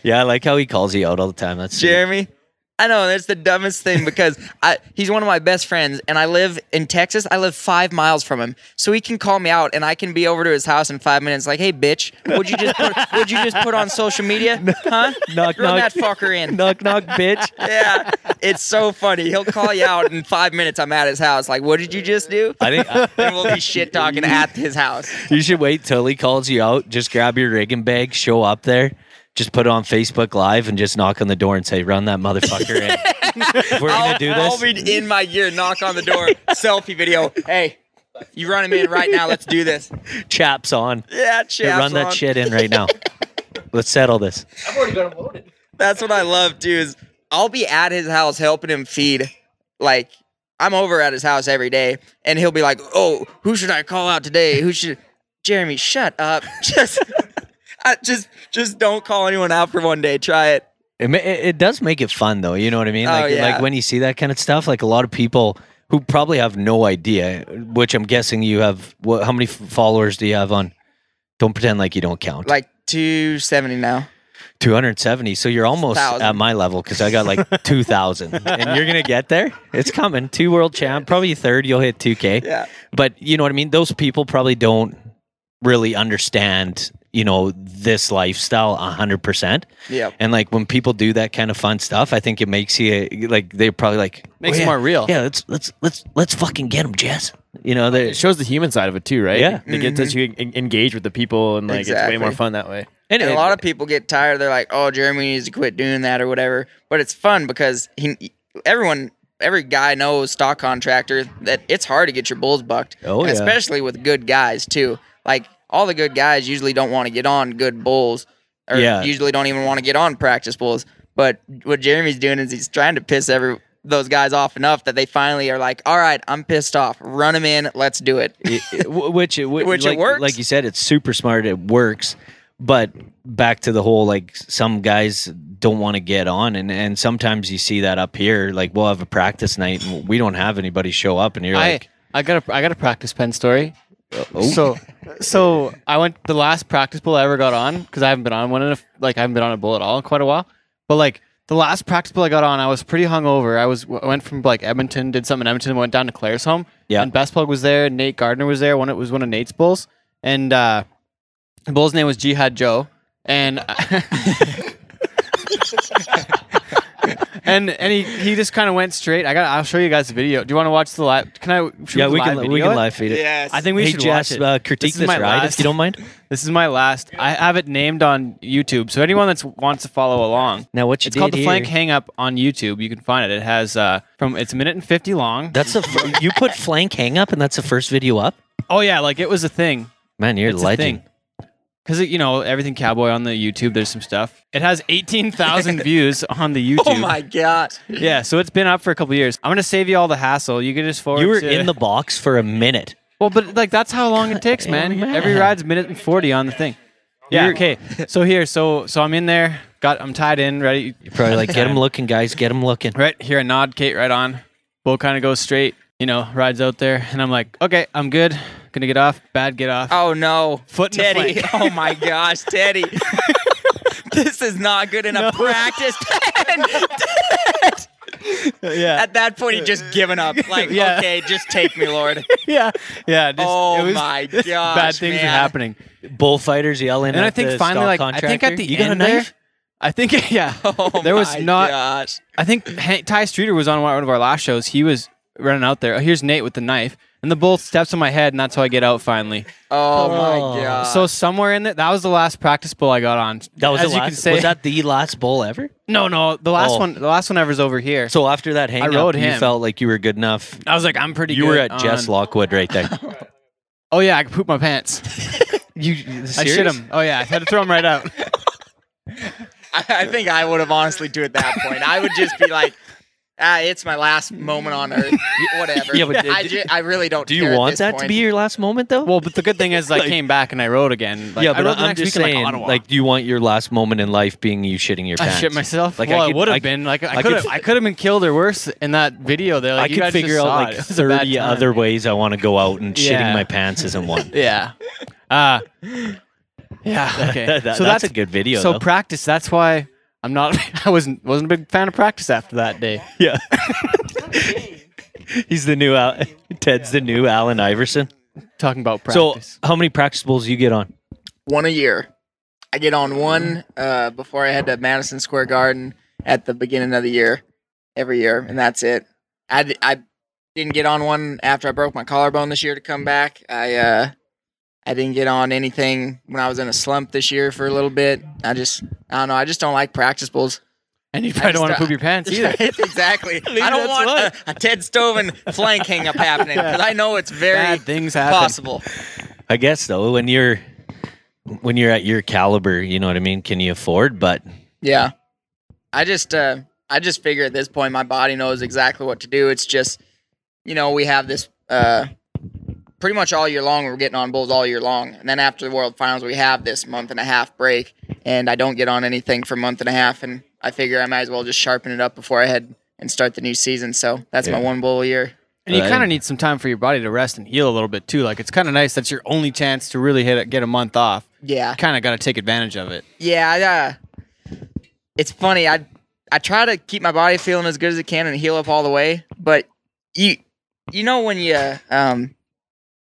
yeah, I like how he calls you out all the time. That's Jeremy, I know that's the dumbest thing because I, he's one of my best friends, and I live in Texas. I live five miles from him, so he can call me out, and I can be over to his house in five minutes. Like, hey, bitch, would you just put, would you just put on social media, huh? Knock, Run knock. that fucker in. knock knock, bitch. Yeah, it's so funny. He'll call you out in five minutes. I'm at his house. Like, what did you just do? I think and we'll be shit talking at his house. you should wait till he calls you out. Just grab your rigging bag, show up there, just put it on Facebook Live, and just knock on the door and say, "Run that motherfucker in." If We're gonna do I'll this. be in my gear, knock on the door, selfie video. Hey, you run him in right now. Let's do this. Chaps on. Yeah, Hey, chaps run that on. shit in right now. Let's settle this. That's what I love too. Is I'll be at his house helping him feed. Like I'm over at his house every day, and he'll be like, "Oh, who should I call out today? Who should?" Jeremy, shut up. Just, I, just, just don't call anyone out for one day. Try it. It, ma- it, it does make it fun though. You know what I mean? Oh, Like yeah. like when you see that kind of stuff, like a lot of people who probably have no idea. Which I'm guessing you have. What? How many f- followers do you have on? Don't pretend like you don't count. Like 270 now. 270. So you're almost 1,000. at my level because I got like 2,000. and you're going to get there. It's coming. Two world champ, probably third. You'll hit 2K. Yeah. But you know what I mean? Those people probably don't really understand, you know, this lifestyle 100%. Yeah. And like when people do that kind of fun stuff, I think it makes you like, they're probably like, Makes "Oh, it yeah, more real. Yeah. Let's, let's, let's, let's fucking get them, Jess. You know, they're, It shows the human side of it too, right? Yeah. It gets that you en- engage with the people and like Mm-hmm. Exactly. it's way more fun that way. And a lot of people get tired. They're like, "Oh, Jeremy needs to quit doing that or whatever." But it's fun because he, everyone, every guy knows stock contractor that it's hard to get your bulls bucked, Oh, And yeah. especially with good guys too. Like all the good guys usually don't want to get on good bulls, or Yeah. usually don't even want to get on practice bulls. But what Jeremy's doing is he's trying to piss every those guys off enough that they finally are like, "All right, I'm pissed off. Run him in. Let's do it." it- w- which it, w- Which it like, works. Like you said, it's super smart. It works, but back to the whole like some guys don't want to get on, and and sometimes you see that up here. Like we'll have a practice night, and we don't have anybody show up, and you're I, like, I got a I got a practice pen story. So so I went the last practice bull I ever got on because I haven't been on one in a, like I haven't been on a bull at all in quite a while. But like the last practice bull I got on, I was pretty hungover. I was I went from like Edmonton, did something in Edmonton, went down to Claire's home. Yeah. and Best Plug was there. Nate Gardner was there. One it was one of Nate's bulls, and uh, the bull's name was Jihad Joe, and. And and he, he just kind of went straight. I got. I'll show you guys the video. Do you want to watch the live? Can I? should yeah, we live can we video can it? live feed it. Yes. I think we hey, should Jess, watch it. uh, critique is this, my ride last- if you don't mind. This is my last. I have it named on YouTube, so anyone that wants to follow along, Now what you it's called did the Flank here- Hang Up on YouTube. You can find it. It has uh from it's a minute and fifty long. That's a fir- you put flank hang up, and that's the first video up. oh yeah, like it was a thing. Man, you're It's a a legend. thing. Because you know everything cowboy on the YouTube. There's some stuff. It has eighteen thousand views on the YouTube. Oh my god. Yeah, so it's been up for a couple years. I'm gonna save you all the hassle. You can just forward. You were to- in the box for a minute. Well, but like that's how long it takes, man. man. Every ride's minute and forty on the thing. Yeah. Okay. So here, so so I'm in there. Got I'm tied in. Ready. Probably like get him looking, guys. Get him looking. Right here, I nod Kate right on. Bull kind of goes straight. You know, rides out there, and I'm like, okay, I'm good. Gonna get off. Bad get off. Oh no, Foot in the Teddy! flank. oh my gosh, Teddy! this is not good enough practice. Ted. yeah. At that point, he just given up. Like, Yeah. okay, just take me, Lord. yeah. Yeah. Just, Oh it was- my gosh, Bad things man. are happening. Bullfighters yelling. And at I think the finally, stock like, I think at contractor. the you end got a knife. there, I think, yeah, Oh there was my not Gosh. I think Han- Ty Streeter was on one of our last shows. He was running out there. Oh, here's Nate with the knife, and the bull steps on my head, and that's how I get out finally. Oh, Oh. my god. so somewhere in that, that was the last practice bull I got on. That was As the you last. can say, Was that the last bowl ever? no, no, the last Oh. one, the last one ever's over here. So So after that hang up, rode you him. felt like you were good enough. I was like, I'm pretty. You good were at on- Jess Lockwood right there. Oh yeah, I could poop my pants. you I shit him. Oh yeah, I had to throw him right out. I, I think I would have honestly too at that point. I would just be like. Ah, it's my last moment on earth. Whatever. Yeah, but I, d- ju- I really don't. Do you care at want this that to point. be your last moment though? Well, but the good thing is I came back and I rode again. Like, yeah, I but rode the I'm next just week in, saying, like, like, Ottawa. you want your last moment in life being you shitting your I pants. shit myself. Like, Like well, I I could- would I- have been. Like I I could could have. f- I could have been killed or worse in that video. There, like, I you could guys just figure out saw like it. It was a bad 30 time. other ways I want to go out and shitting Yeah. my pants isn't one. Yeah. Uh, yeah. Okay. That- so that's a good video, So though. practice. That's why I'm not. I wasn't wasn't a big fan of practice after that day. Yeah. He's the new Al- Ted's the new Allen Iverson. Talking about practice. So how many practice balls you get on? one a year. I get on Mm-hmm. one uh, before I head to Madison Square Garden at the beginning of the year, every year, and that's it. I, d- I didn't get on one after I broke my collarbone this year to come back. I uh, I didn't get on anything when I was in a slump this year for a little bit. I just I don't know. I just don't like practice bowls. and you probably just don't want to thought- poop your pants either. exactly. I don't that's want why. a, a Ted Stoven flank hang up happening because I know it's very Bad things happen. possible. I guess though, when you're when you're at your caliber, you know what I mean. Can you afford? But Yeah. I just uh I just figure at this point my body knows exactly what to do. It's just you know, we have this uh pretty much all year long we're getting on bulls all year long. And then after the World Finals we have this month and a half break and I don't get on anything for a month and a half and I figure I might as well just sharpen it up before I head and start the new season. So that's my one bull a year. And you Right. kind of need some time for your body to rest and heal a little bit too. Like it's kind of nice. That's your only chance to really hit it, get a month off. Yeah. Kind of got to take advantage of it. Yeah, I, uh, it's funny. I I try to keep my body feeling as good as it can and heal up all the way, but you you know when you um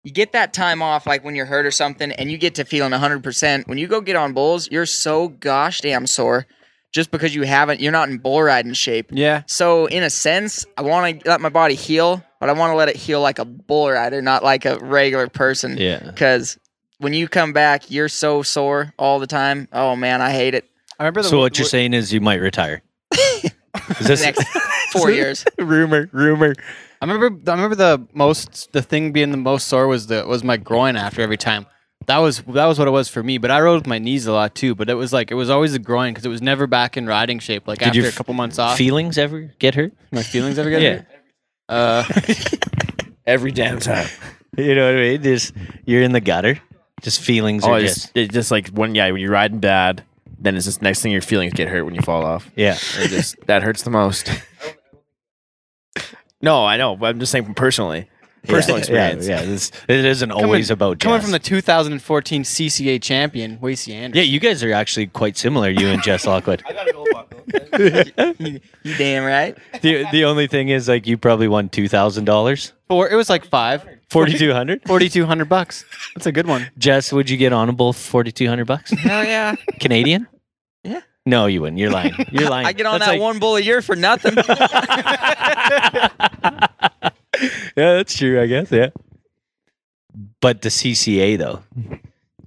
you get that time off like when you're hurt or something and you get to feeling 100% when you go get on bulls you're so gosh damn sore just because you haven't you're not in bull riding shape Yeah. so in a sense i want to let my body heal but i want to let it heal like a bull rider not like a regular person yeah, because when you come back, you're so sore all the time. Oh man, I hate it. I remember the So what you're saying is you might retire. Is The this next four years. rumor? Rumor. I remember. I remember the most. The thing being the most sore was the was my groin after every time. That was that was what it was for me. But I rode with my knees a lot too. But it was like it was always the groin because it was never back in riding shape. Like after your a couple months off, Feelings ever get hurt? my feelings ever get Yeah. hurt? Uh, Every damn time. You know what I mean? Just you're in the gutter. Just feelings Oh, are it's just just, it's just like when yeah, when you're riding bad, then it's just next thing your feelings get hurt when you fall off. yeah. It just that hurts the most. no, I know, but I'm just saying personally, personal Yeah, experience. Yeah, yeah. It's, it isn't coming- always about coming Jess. from the 2014 CCA champion, Wasey Anderson. Yeah, you guys are actually quite similar, you and Jess Lockwood. You damn right. the the only thing is like you probably won two thousand dollars. Four, it was like five. Forty two hundred? 4200 bucks. That's a good one. Jess, would you get honorable for forty two hundred bucks? Hell yeah. Canadian? Yeah. No, you wouldn't. You're lying. You're lying. I get on That's that like- one bull a year for nothing. Yeah, that's true, I guess, yeah. But the CCA though.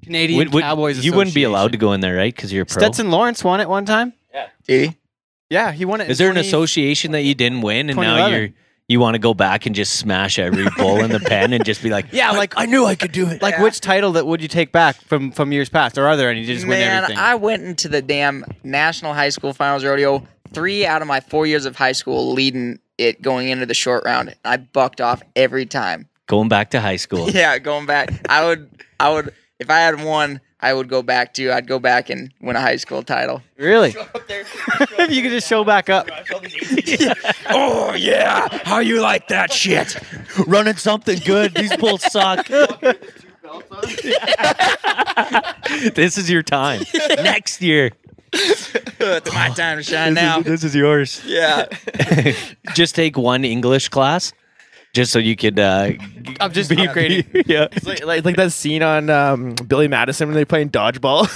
Canadian Would- would- Cowboys. you wouldn't be allowed to go in there, right? Because you're a pro. Stetson Lawrence won it one time. Dude, Yeah, he won it. in Is there an 20 association that you didn't win, and now 2011. you're you want to go back and just smash every bull in the pen and just be like, Yeah, like I knew I could do it. Like Yeah. which title that would you take back from from years past, or are there any? You just win man, everything. I went into the damn national high school finals rodeo three out of my four years of high school leading it going into the short round. I bucked off every time. going back to high school. Yeah, going back, I would, I would, if I had one, I would go back to. I'd go back and win a high school title. really? if you could just show back up, Oh yeah, how you like that shit? Running something good. These bulls suck. this is your time. Next year. It's my time to shine now. This is yours. Yeah. Just take one English class, just so you could. Uh, I'm just upgrading. yeah. It's like, like, like that scene on um, Billy Madison when they're playing dodgeball.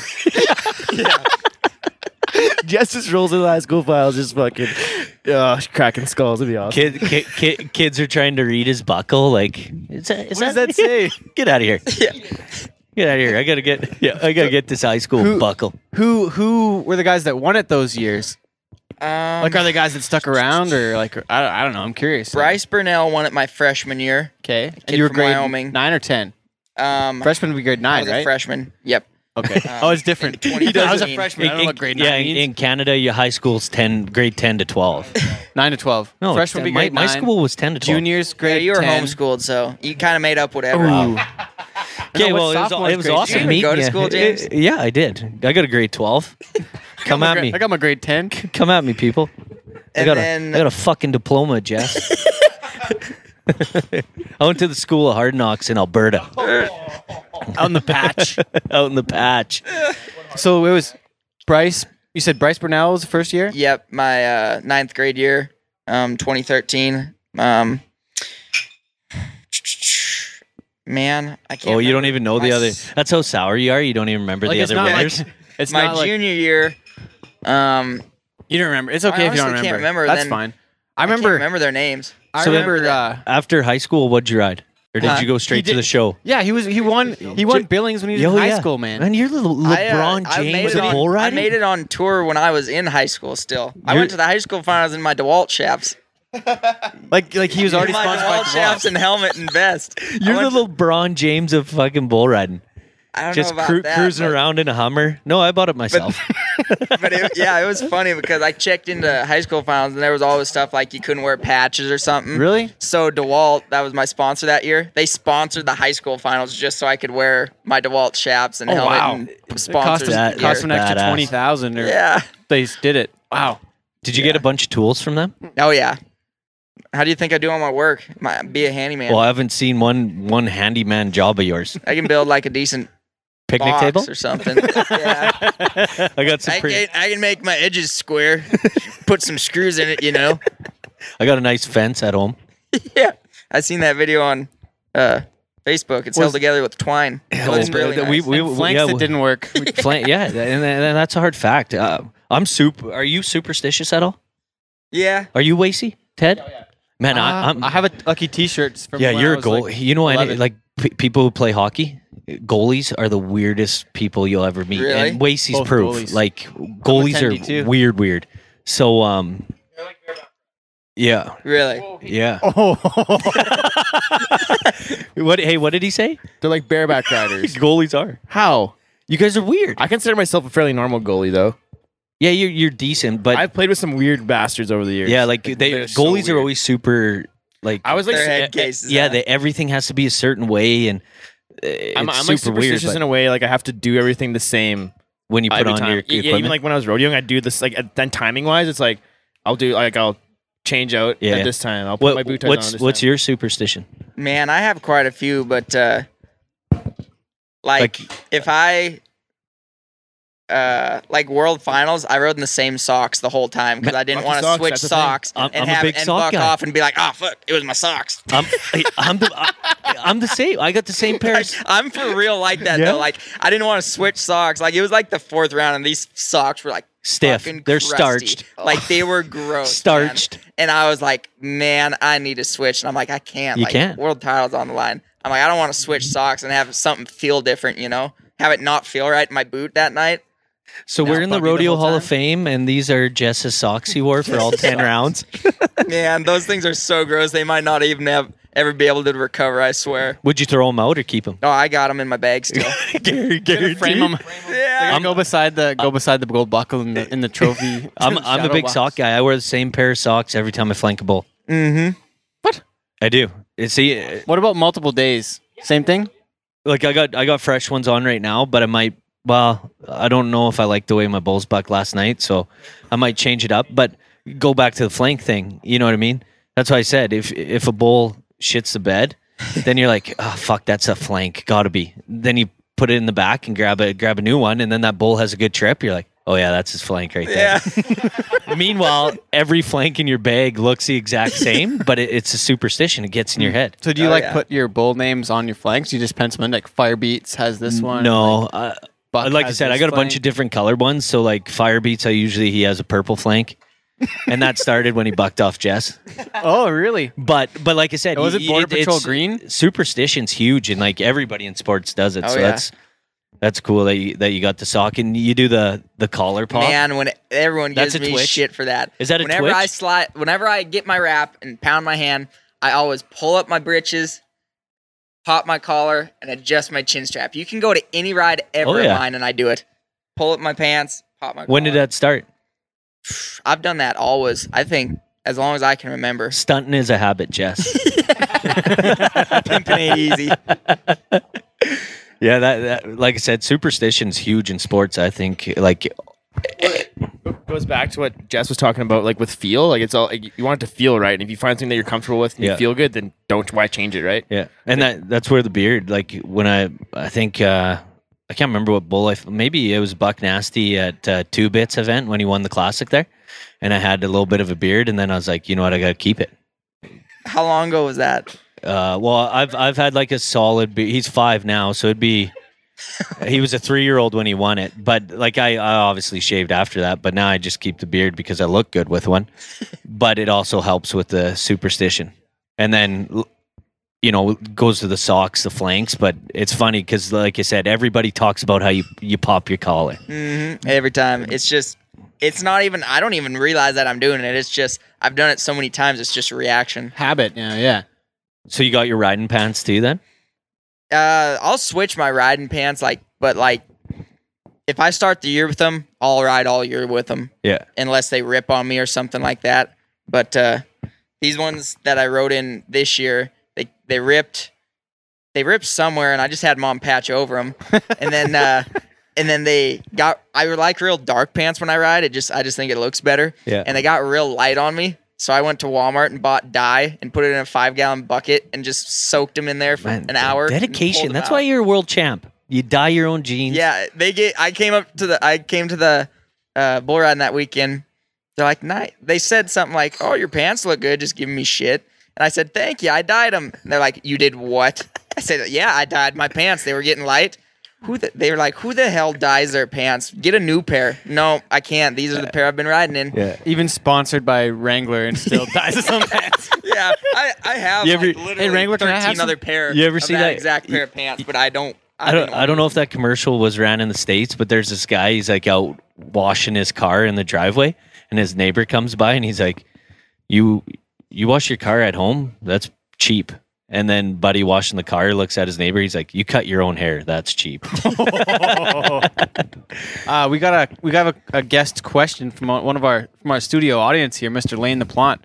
Jess just rolls into the high school files, just fucking uh, cracking skulls. It'd be awesome. Kid, kid, kid, kids are trying to read his buckle. Like, is that, is What does that say? Get out of here. Yeah. Get out of here. I gotta get. Yeah, I gotta get this high school Who- buckle. Who who were the guys that won it those years? Um, Like, are the guys that stuck around, or like I, I don't know? I'm curious. Bryce Burnell won it my freshman year. Okay. kid And you were from grade Wyoming. nine or ten. Um, Freshman would be grade I nine, was right? a freshman. Yep. Um, Okay. oh, it's different. in 2013. I was a freshman. I don't know what grade nine yeah, in, means. in Canada, your high school's ten, grade ten to twelve. nine to twelve. No, freshman would be my, grade my nine. school was ten to twelve. Juniors, Yeah, grade you were 10. homeschooled, so you kind of made up whatever. Okay, No, well, what's it sophomore was, it was grade? awesome Did you meeting go to ya. school, James? yeah, I did. I got a grade twelve. Come at me. I got my grade ten. Come at me, people. I And got, then- a, I got a fucking diploma, Jess. I went to the school of hard knocks in Alberta, on the patch. out in the patch. so it was Bryce You said Bryce Burnell was the first year. Yep, my uh, ninth grade year, um, 2013. Um, man, I can't. Oh, you don't remember. even know My the other. s- That's how sour you are. You don't even remember Like, the it's other not like- winners. It's my not like junior year. Um, you don't remember. It's okay if you don't remember. honestly can't remember, That's then- fine. I I can't remember. I, remember their names. So then- remember. uh, After high school, what'd you ride, or did Huh? you go straight to the show? yeah, he was. He won. He won Billings when he was Yo, in high yeah. school, man. Man, you're the I, uh, LeBron I made James it of on- bull riding. I made it on tour when I was in high school. Still, I went to the high school finals in my DeWalt chaps. Like, like he was already my sponsored by DeWalt chaps Jaws. and helmet and vest. I You're went the LeBron James of fucking bull riding. to- I don't Just know about cru- that, cruising but- around in a Hummer. No, I bought it myself. but it, yeah, it was funny because I checked into high school finals and there was all this stuff like you couldn't wear patches or something. Really? So DeWalt, that was my sponsor that year. They sponsored the high school finals just so I could wear my DeWalt chaps and helmet Oh, wow. and It cost sponsors. him, That gear. cost him an extra badass. twenty thousand, or yeah. they s- did it. Wow. Did you get a bunch of tools from them? Oh yeah. How do you think I do all my work? My, be a handyman. Well, I haven't seen one one handyman job of yours. I can build like a decent Picnic box table. or something. yeah. I got some. I Pre- can, I can make my edges square. Put some screws in it, you know. I got a nice fence at home. Yeah, I seen that video on uh, Facebook. It's held together with twine. It looks really we- nice. we- And flanks yeah, that we- didn't work. Flan- yeah, and, and and that's a hard fact. Uh, I'm super. Are you superstitious at all? yeah, Are you Wacy, Ted? Man, I, Uh, I'm. I have a lucky T-shirt from. yeah, when I you're a was, goal. like, you know, I, 11. like p- people who play hockey, goalies are the weirdest people you'll ever meet. Really? And Wacy's Both proof. goalies. Like goalies are 10D too. weird, weird. So um. Yeah, really. yeah. Oh. what? Hey, what did he say? They're like bareback riders. Goalies are. How? You guys are weird. I consider myself a fairly normal goalie, though. Yeah, you're you're decent, but I've played with some weird bastards over the years. yeah, like they They're so goalies are weird. always super like I was like, Their s- head case. Is eh, yeah, that. they, everything has to be a certain way, and uh, it's I'm, I'm like super weird. superstitious but in a way. Like I have to do everything the same when you put every on time. your Yeah, yeah, equipment, even like when I was rodeoing, I do this like uh, then timing wise, it's like I'll do like I'll change out Yeah. at this time. I'll put my what, boot ties on. what's this what's time. your superstition? Man, I have quite a few, but uh, like, if I uh, like world finals, I rode in the same socks the whole time because I didn't Lucky want to socks, switch that's the thing. socks I'm- and I'm a have big and sock buck guy. off and be like, ah, fuck, it was my socks. I'm I- I'm the I- I'm the same. I got the same pair. of- I'm for real like that Yeah? though. Like I didn't want to switch socks. Like it was like the fourth round, and these socks were like Stiff. fucking They're crusty. starched. Like they were gross. man. Starched. And I was like, man, I need to switch. And I'm like, I can't. You like, can't. World titles on the line. I'm like, I don't want to switch socks and have something feel different. You know, have it not feel right in my boot that night. So we're in the Buggy the rodeo whole Hall of time. Fame, and these are Jess's socks he wore for all ten rounds. Man, those things are so gross. They might not even have ever be able to recover. I swear. Would you throw them out or keep them? No, I got them in my bag still. frame him. yeah. go beside the go beside the gold buckle in the in the trophy. I'm I'm a shadow big box. sock guy. I wear the same pair of socks every time I flank a bull. Mm-hmm. I do. Uh, See, uh, What about multiple days? Same thing. like I got I got fresh ones on right now, but I might. Well, I don't know if I like the way my bulls buck last night, so I might change it up. But go back to the flank thing. You know what I mean? That's why I said if if a bull shits the bed, then you're like, oh fuck, that's a flank, gotta be. Then you put it in the back and grab a grab a new one, and then that bull has a good trip. You're like, oh yeah, that's his flank right there. Yeah. Meanwhile, every flank in your bag looks the exact same, but it, it's a superstition. It gets in your head. So do you Oh, like yeah. put your bull names on your flanks? You just pencil in like Fire Beats has this one. No, uh, Buck like I has said, I this got a bunch of flank. different colored ones. So like fire beats, I usually he has a purple flank, and that started when he bucked off Jess. Oh really? But but like I said, Was Oh, it y- Border Patrol it's- green? Superstition's huge, and like everybody in sports does it. Oh, so yeah. that's that's cool that you that you got the sock and you do the the collar pop. Man, when everyone That's gives a me twitch. shit for that. Is that a whenever twitch? I slide, whenever I get my wrap and pound my hand, I always pull up my britches, pop my collar, and adjust my chin strap. You can go to any ride ever Oh, yeah. of mine, and I do it. Pull up my pants, pop my. When did collar. that start? I've done that always. I think as long as I can remember. Stunting is a habit, Jess. Pimping ain't easy. yeah, that, that like I said, superstition's huge in sports. I think like goes back to what Jess was talking about, like with feel. Like it's all like, you want it to feel right, and if you find something that you're comfortable with and Yeah. you feel good, then don't why change it, right? Yeah, and that that's where the beard. Like when I I think uh I can't remember what bull I f- maybe it was Buck Nasty at uh, Two Bits event when he won the classic there, and I had a little bit of a beard, and then I was like, you know what, I gotta keep it. How long ago was that? Uh, well, I've I've had like a solid. Be- he's five now, so it'd be. he was a three-year-old when he won it, but like I, I obviously shaved after that. But now I just keep the beard because I look good with one. but it also helps with the superstition, and then l- you know it goes to the socks, the flanks. But it's funny because, like I said, everybody talks about how you you pop your collar. hmm Every time. It's just, it's not even, I don't even realize that I'm doing it. It's just, I've done it so many times. It's just a reaction. Habit. Yeah, yeah. So you got your riding pants too, then? Uh, I'll switch my riding pants, like, but like, if I start the year with them, I'll ride all year with them, Yeah. unless they rip on me or something like that. But uh, these ones that I rode in this year, they they ripped, they ripped somewhere, and I just had mom patch over them, and then uh, and then they got. I like real dark pants when I ride. It just I just think it looks better. Yeah. And they got real light on me, so I went to Walmart and bought dye and put it in a five gallon bucket and just soaked them in there for an hour. and pulled dedication. 'em That's out. why you're a world champ. You dye your own jeans. Yeah, they get. I came up to the. I came to the uh, bull riding that weekend. They're like, night. They said something like, "Oh, your pants look good. Just giving me shit." And I said, "Thank you. I dyed them." And they're like, "You did what?" I said, "Yeah, I dyed my pants. They were getting light." Who the, they were like, "Who the hell dyes their pants? Get a new pair." No, I can't. These are the pair I've been riding in. Yeah, Even sponsored by Wrangler and still dies of some pants. I, I have. You ever- like, Hey, literally Wrangler, can I thirteen have some- other pair. You ever of see that, that- exact pair of pants? But I don't. I don't didn't I don't know if that commercial was ran in the States, but there's this guy, he's like out washing his car in the driveway and his neighbor comes by and he's like, You you wash your car at home? That's cheap. And then buddy washing the car looks at his neighbor, he's like, You cut your own hair, that's cheap. Uh, we got a we got a, a guest question from one of our from our studio audience here, Mr. Lane the Plant.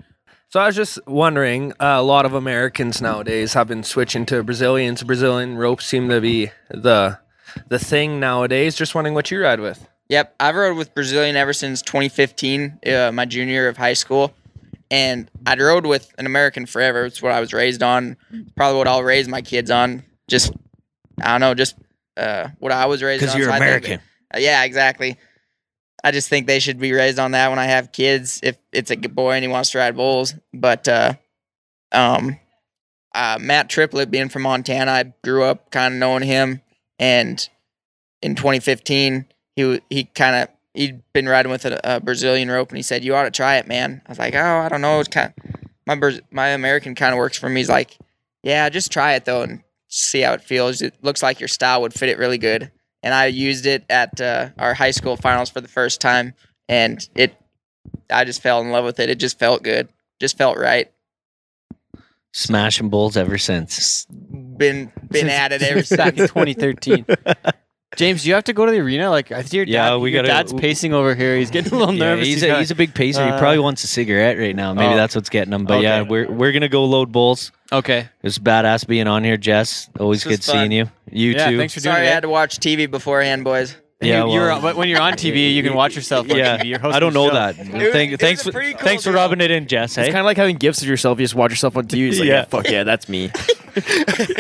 So I was just wondering, uh, a lot of Americans nowadays have been switching to Brazilians. Brazilian ropes seem to be the the thing nowadays. Just wondering what you ride with. Yep, I've rode with Brazilian ever since 2015, uh, my junior year of high school, and I'd rode with an American forever. It's what I was raised on. Probably what I'll raise my kids on. Just I don't know, just uh, what I was raised on. Because you're So I think- American. uh, yeah, exactly. I just think they should be raised on that when I have kids. If it's a good boy and he wants to ride bulls, but uh, um, uh, Matt Triplett being from Montana, I grew up kind of knowing him, and in 2015, he w- he kind of he'd been riding with a, a Brazilian rope, and he said, "You ought to try it, man." I was like, "Oh, I don't know. It's kind my Braz- my American kind of works for me." He's like, "Yeah, just try it though and see how it feels. It looks like your style would fit it really good." and I used it at uh, our high school finals for the first time, and it, I just fell in love with it. It just felt good, just felt right. Smashing bulls ever since. Just been been at it ever Back in since. 2013. James, do you have to go to the arena? Like, I see your dad. Yeah, we your gotta- dad's pacing over here. He's getting a little Yeah, nervous. he's, a, he's a big pacer. he Uh, probably wants a cigarette right now. Maybe Oh. that's what's getting him. But Okay. yeah, we're we're gonna go load bulls. okay. It's badass being on here, Jess. Always This was good seeing fun. you. You yeah, too. thanks for doing Sorry, I it. had to watch TV beforehand, boys. Yeah, you, you're, well- but when you're on TV, you can watch yourself. On yeah, TV. You're hosting I don't know the show. that. was- Thank- it was thanks, a for, pretty cool thanks for deal. rubbing it in, Jess. It's Hey, kind of like having gifts of yourself. You just watch yourself on TV. It's like, Yeah. yeah, fuck yeah, that's me.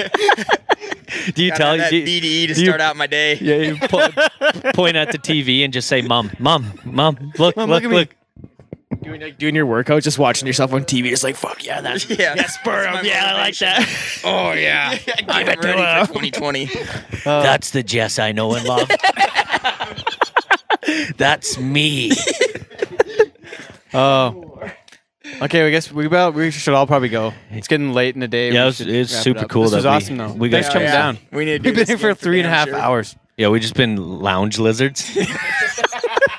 do you Gotta tell? have that Do you, DDE to do you- start out my day. yeah, you po- point at the TV and just say, "Mom, mom, mom, look, look, look at me." look." Doing, like, doing your workout, just watching yourself on TV. It's like, fuck yeah, that's Yeah, Yes, burn 'em. that's my Yeah, I like motivation. that. Uh, Oh yeah, I'm bet ready you for will. 2020. Uh, That's the Jess I know and love. That's me. Oh. Okay, I guess we about we should all probably go. It's getting late in the day. Yeah, We it was- should it's wrap super up. cool This that was we- awesome though. we got Thanks for coming Yeah. down. We need to We've do been this here for again three and a damn half sure. hours. Yeah, we just been lounge lizards.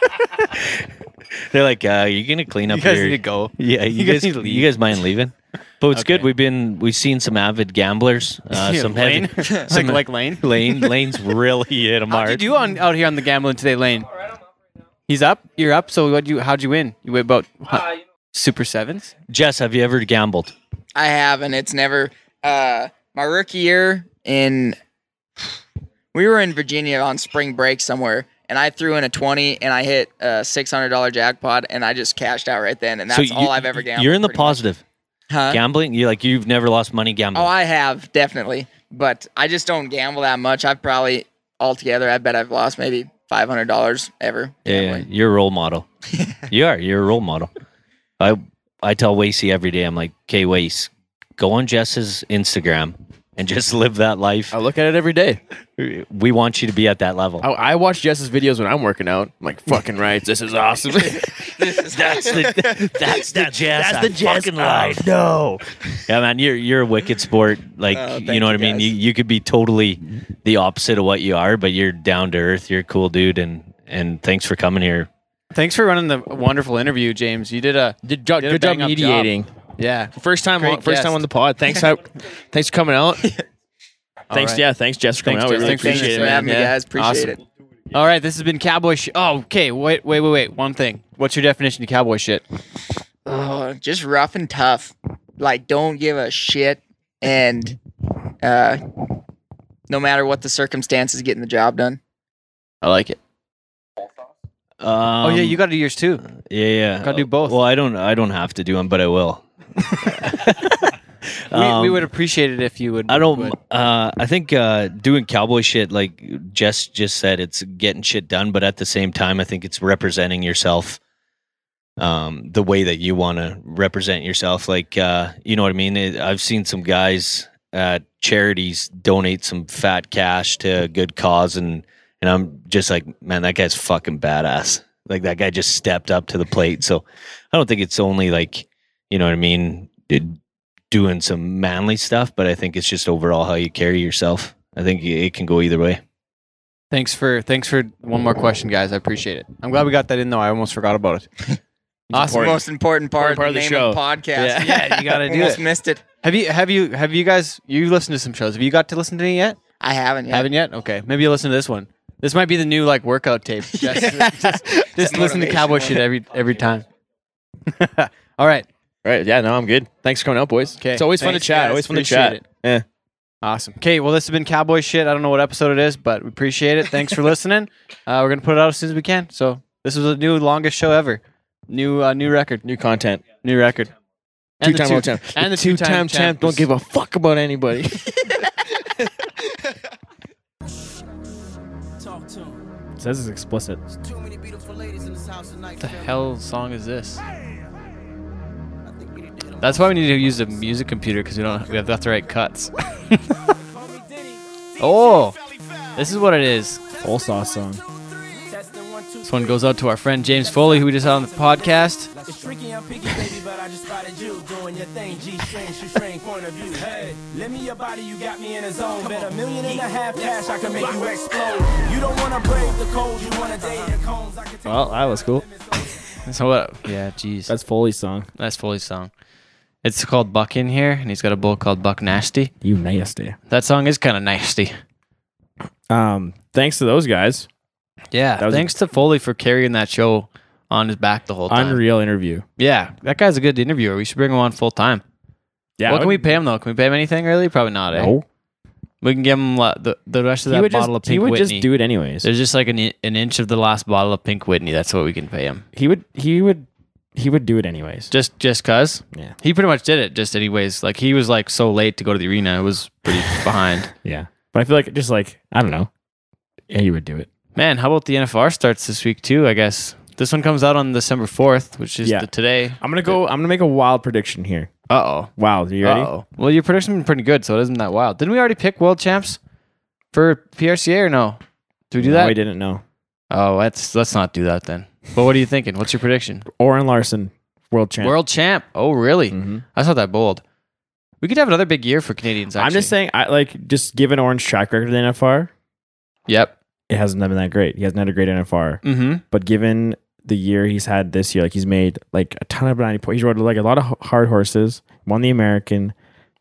They're like, uh, "You gonna clean up You guys your need to go. Yeah, you, guys guys, need to leave. you guys mind leaving? But it's good. Okay. We've been we've seen some avid gamblers. Uh, Yeah, some Lane. heavy like, like Lane. Lane Lane's really hit him How'd you hard. do on out here on the gambling today, Lane? He's up. You're up. So what you? How'd you win? You went about Uh, huh, super sevens. Jess, have you ever gambled? I have, and it's never. Uh, my rookie year in, we were in Virginia on spring break somewhere, and I threw in a twenty, and I hit a six hundred dollar jackpot, and I just cashed out right then, and that's you- all I've ever gambled. You're in the pretty much. positive Huh? gambling. You like you've never lost money Oh, gambling. I have definitely, but I just don't gamble that much. I've probably altogether, I bet I've lost maybe five hundred dollars ever. Yeah, That yeah, way. you're a role model. you are. You're a role model. I I tell Wacy every day. I'm like, okay, Wace, go on Jess's Instagram and just live that life. Oh. I look at it every day. We want you to be at that level. I, I watch Jess's videos when I'm working out. I'm like, fucking right, this is awesome. That's the that's the Jess. That's the Jess. Oh, Fucking life. no. Yeah, man, you're you're a wicked sport. Like Oh, you know what I mean. You you could be totally the opposite of what you are, but you're down to earth. You're a cool dude, and and thanks for coming here. Thanks for running the wonderful interview, James. You did a Did jo- Did a good job bang up mediating. yeah. First time, Great on, first time guest. on the pod. Thanks, how, thanks for coming out. thanks, right. yeah, thanks Jess for coming Thanks, out. We Jess. really Thanks for appreciate it. Thanks for man. having me, Yeah. guys. Appreciate Awesome. it. All right, this has been cowboy shit. Oh, okay. Wait, wait, wait, wait. One thing. What's your definition of cowboy shit? Oh, just rough and tough. Like, don't give a shit. And uh, no matter what the circumstances, getting the job done. I like it. Um, Oh yeah, you got to do yours too. Yeah, yeah. Gotta do both. Well, I don't. I don't have to do them, but I will. we, we Um, would appreciate it if you would. I don't. would. Uh, I think uh, doing cowboy shit, like Jess just said, it's getting shit done. But at the same time, I think it's representing yourself um, the way that you want to represent yourself. Like, uh, you know what I mean? It, I've seen some guys at charities donate some fat cash to a good cause, and and I'm just like, man, that guy's fucking badass. Like that guy just stepped up to the plate. So I don't think it's only like, you know what I mean. It, doing some manly stuff, but I think it's just overall how you carry yourself. I think it it can go either way. Thanks for thanks for one more question, guys. I appreciate it. I'm glad we got that in though. I almost forgot about it. That's the awesome. most important part, Important part of the name show. of the podcast. Yeah, you gotta do Almost it. missed it. Have you have you have you guys you listened to some shows? Have you got to listen to any yet? I haven't yet. Haven't yet? Okay. Maybe you listen to this one. This might be the new like workout tape. Just, just, just listen to cowboy shit every every time. All right. All right, yeah, no, I'm good. Thanks for coming out, boys. 'Kay. It's always fun to Thanks, chat. guys. Always fun Appreciate to chat. it. Yeah. Awesome. Okay, well, this has been Cowboy Shit. I don't know what episode it is, but we appreciate it. Thanks for listening. Uh, we're gonna put it out as soon as we can. So this was a new longest show ever. New uh, new record. New content. New record. And the two-time world champ. And the two-time, champ, Don't give a fuck about anybody. Says it's explicit. What the hell song is this? That's why we need to use a music computer because we don't we have to write cuts. oh, this is what it is. Whole sauce song. This one goes out to our friend James Foley, who we just had on the podcast. It's tricky, I'm picky, baby, but I just spotted you doing your thing. G string, shoestring, point of view. Hey, let me your body, you got me in a zone. Bet a million and a half cash, I can make you explode. You don't wanna break the cold, you wanna date the cones. I can take Well, that was cool. So what? Yeah, jeez, that's, That's Foley's song. Foley's song. It's called Buck in here, and he's got a bull called Buck Nasty. You nasty. That song is kind of nasty. Um, thanks to those guys. That Yeah, was- thanks to Foley for carrying that show on his back the whole time. Unreal interview. Yeah, that guy's a good interviewer. We should bring him on full time. Yeah. what can we pay him though? Can we pay him anything really? Probably not. Eh? No. We can give him uh, the the rest of he that would, bottle just, of Pink he would Whitney. just do it anyways. There's just like an i- an inch of the last bottle of Pink Whitney. That's what we can pay him. He would. He would. He would do it anyways. Just just cause. Yeah. He pretty much did it. Just anyways. Like he was like so late to go to the arena. It was pretty behind. Yeah. But I feel like just like I don't know. Yeah, you would do it. Man, how about the NFR starts this week too? I guess this one comes out on December fourth, which is Yeah. the today. I'm gonna go. I'm gonna make a wild prediction here. Uh oh. Wow. Are you ready? Uh-oh. Well, your prediction's been pretty good, so it isn't that wild. Didn't we already pick world champs for PRCA or no? Did we do No, that? I didn't know. Oh, let's let's not do that then. But what are you thinking? What's your prediction? Oren Larson, world champ. World champ. Oh, really? Mhm. I saw that bold. We could have another big year for Canadians. Actually. I'm just saying. I like just given Oren's track record in NFR, Yep. it hasn't been that great. He hasn't had a great NFR. Mm-hmm. But given the year he's had this year, like he's made like a ton of 90 points. He's rode like a lot of h- hard horses. Won the American.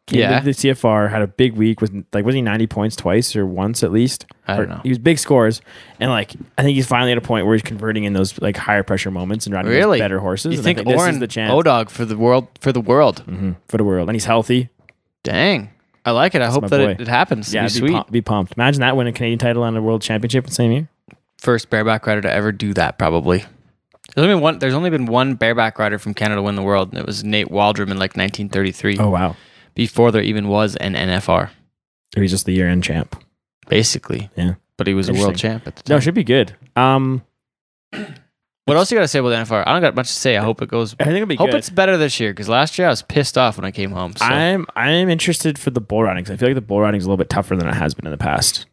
Came Yeah. to the CFR had a big week with like was he 90 points twice or once at least? I don't Or- know. He was big scores, and like I think he's finally at a point where he's converting in those like higher pressure moments and riding those Really? better horses. You and I think, this is Oren the chance Mm-hmm. Odog for the world for the world? for the world, and he's healthy. Dang, I like it. I hope my that it, boy. it happens. Yeah, Yeah, be, sweet. pump- be pumped. Imagine that win a Canadian title and a world championship in the same year. First bareback rider to ever do that, probably. There's only one. There's only been one bareback rider from Canada win the world, and it was Nate Waldrum in like 1933, Oh, wow, before there even was an NFR. it was just the year end champ. Basically, Yeah. but he was a world Interesting. champ at the time. No, it should be good. Um, what else you got to say about the NFR? I don't got much to say. I hope it goes. I think it'll be hope good. it's better this year because last year I was pissed off when I came home. So. I'm I'm interested for the bull riding 'cause I feel like the bull riding is a little bit tougher than it has been in the past.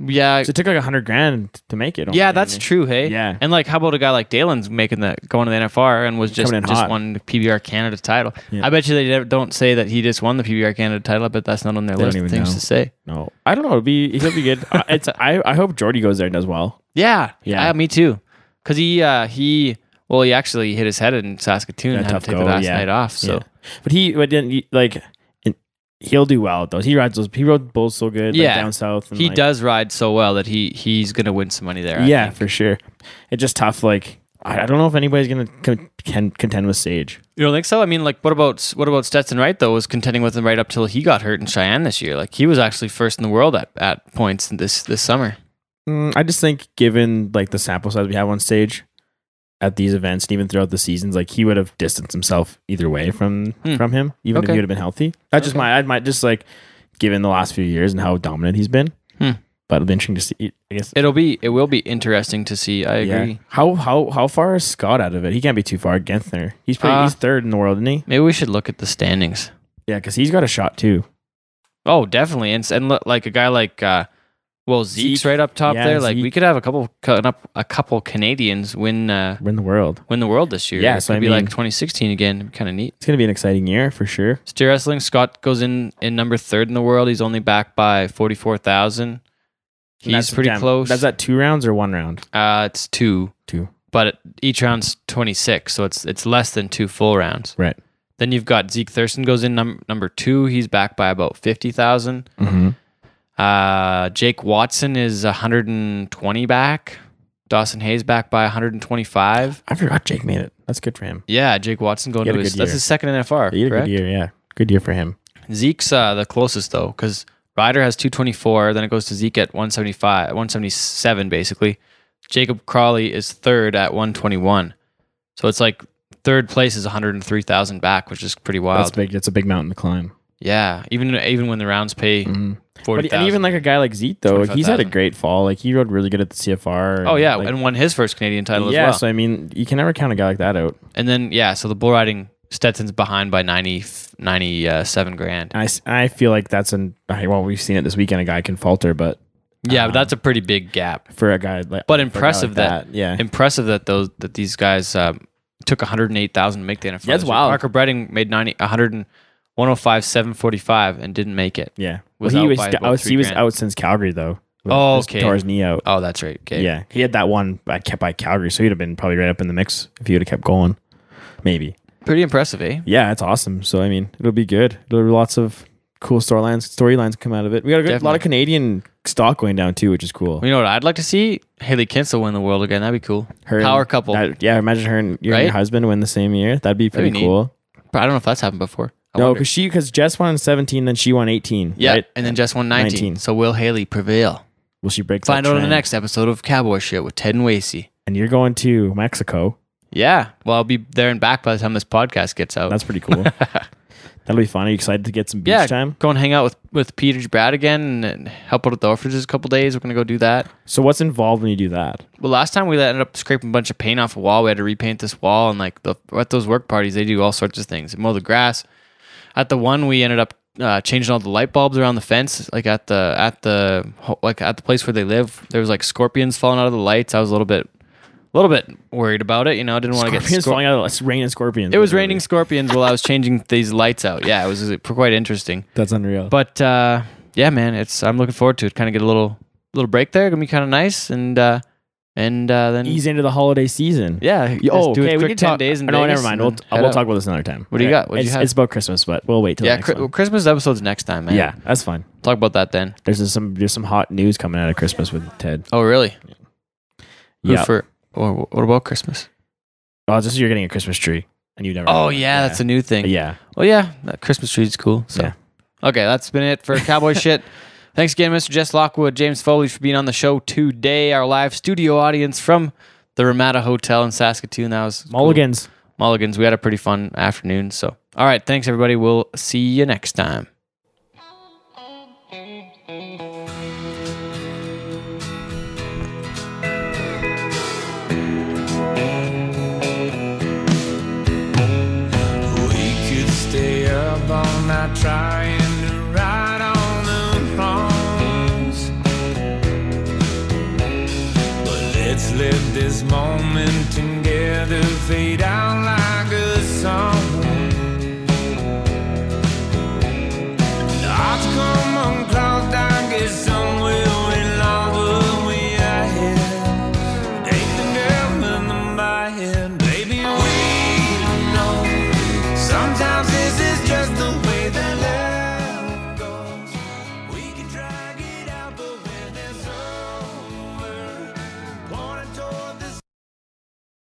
yeah, 'Cause it took like hundred grand to make it. yeah, only, that's and true. Hey, Yeah. and like how about a guy like Dalen's making the going to the NFR and was just Coming in just hot. won the PBR Canada title. Yeah. I bet you they never- don't say that he just won the PBR Canada title. I bet that's not on their They don't list of even things know. to say. No, I don't know. It'll be he'll be good. uh, it's I I hope Jordy goes there and does well. Yeah, Yeah. yeah, me too. Because he uh, he well he actually hit his head in Saskatoon and That had tough to take go, the last yeah. night off. So Yeah. but he but then he- like and he'll do well though. He rides those. He rode bulls so good. Yeah. like, down south. And, he like- does ride so well that he he's gonna win some money there. I Yeah, think. for sure. It's just tough. Like I, I don't know if anybody's gonna con- can contend with Sage. you don't think so? I mean, like what about what about Stetson Wright though? Was contending with him right up till he got hurt in Cheyenne this year. Like he was actually first in the world at, at points this this summer. Mm, I just think, given like the sample size we have on stage at these events, and even throughout the seasons, like he would have distanced himself either way from Hmm. from him, even if Okay. he would have been healthy. That's just my, I might just like, given the last few years and how dominant he's been. Hmm. But it'll be interesting to see. I guess. It'll be it will be interesting to see. I yeah. agree. How how how far is Scott out of it? He can't be too far. Gentner. He's pretty, Uh, he's third in the world, isn't he? Maybe we should look at the standings. Yeah, because he's got a shot too. Oh, definitely. And s- and look, like a guy like uh well Zeke's Zeke. right up top Yeah, there. Like we Zeke. could have a couple cut up a couple Canadians win uh We're in the world. win the world this year. Yeah, it so could I be mean- like 2016 again. It'd be Kind of neat. It's gonna be an exciting year for sure. Steer wrestling. Scott goes in in number third in the world. He's only back by 44,000. And He's that's pretty down- close. That's at two rounds or one round. uh, it's two, Two. but it- each round's 26, so it's it's less than two full rounds. Right. Then you've got Zeke Thurston goes in num- number two. He's back by about 50,000. Mm-hmm. Uh, Jake Watson is 120 back. Dawson Hayes back by 125. I forgot Jake made it. That's good for him. Yeah, Jake Watson going He had to a his good that's year. his second NFR. He had a correct? good year, yeah. Good year for him. Zeke's uh, the closest though, because Ryder has 224, then it goes to Zeke at 175, 177 basically. Jacob Crawley is third at 121. So it's like third place is 103,000 back, which is pretty wild. That's big. That's a big mountain to climb. Yeah, even even when the rounds pay Mhm. But 40,000. and even like a guy like Zeke though, he's had a 25,000. great fall. Like he rode really good at the CFR. and, Oh yeah, like- and won his first Canadian title yeah. as well. So I mean, you can never count a guy like that out. and then yeah, so the bull riding Stetson's behind by 90 97 grand. And I, s- I feel like that's an I- well, we've seen it this weekend. A guy can falter, but yeah, but that's a pretty big gap. for a guy like But for a guy impressive like that, yeah. impressive that those that these guys um, took 108,000 to make the NFL. That's this year. wild. Parker Breading made 90 100 and 105 745 and didn't make it. yeah. was well, out he was by d- about out- three he was grand. out since Calgary though. with Oh, his- okay. Tore his knee out. Oh, that's right. Okay. Yeah, he had that one I kept by Calgary, so he'd have been probably right up in the mix if he would have kept going. Maybe. Pretty impressive, eh? yeah, it's awesome. So I mean, it'll be good. There'll be lots of cool storylines storylines come out of it. We got a good, lot Definitely. of Canadian stock going down too, which is cool. You know what I'd like to see? Haley Kinsel win the world again. That'd be cool. Her and- Power couple. that- yeah, imagine her and, you and Right? your husband win the same year. That'd be pretty That'd be neat. cool. But I don't know if that's happened before. I No, wonder. because she because Jess won seventeen, then she won eighteen. yeah. right? And then Jess won 19. 19. So will Haley prevail? will she break? that Find out on the trend? next episode of Cowboy Shit with Ted and Wasey. And you're going to Mexico. Yeah. Well, I'll be there and back by the time this podcast gets out. That's pretty cool. That'll be fun. Are you excited to get some beach yeah, time? go and hang out with with Peter Brad again and, and help out at the orphanages a couple days. We're gonna go do that. So what's involved when you do that? Well, last time we ended up scraping a bunch of paint off a wall. We had to repaint this wall, and like the, at those work parties, they do all sorts of things. They mow the grass. At the one, we ended up uh, changing all the light bulbs around the fence, like at the at the ho- like at the place where they live. There was like scorpions falling out of the lights. I was a little bit, a little bit worried about it. You know, I didn't want to get Scorpions scor- falling out of it's rain and scorpions. It was literally. raining scorpions while I was changing these lights out. Yeah, it was uh, quite interesting. That's unreal. But uh, yeah, man, it's I'm looking forward to it. Kind of get a little little break there. Gonna be kind of nice, and uh, and uh, then ease into the holiday season. yeah. Yeah, just Oh, do a okay. quick we can 10 talk. days. In no, never Vegas mind. and We'll, then uh, head we'll out. talk about this another time. What do you Alright. got? What'd you it's, have? it's about Christmas, but we'll wait till Yeah, the next Chri- one. Christmas episode's next time, man. Yeah, that's fun. talk about that then. There's just some there's some hot news coming out of Christmas with Ted. Oh, really? Who Yeah. For or what about Christmas? Oh, just you're getting a Christmas tree and you never. Oh yeah, that's a new thing. yeah. Well, yeah, that Christmas tree's cool. So, Yeah. okay, that's been it for Cowboy Shit. Thanks again, Mr. Jess Lockwood, James Foley, for being on the show today. Our live studio audience from the Ramada Hotel in Saskatoon. That was cool. Mulligans. Mulligans. We had a pretty fun afternoon. So, all right, thanks everybody. We'll see you next time. trying to ride on the throngs. But let's live this moment together, fade out.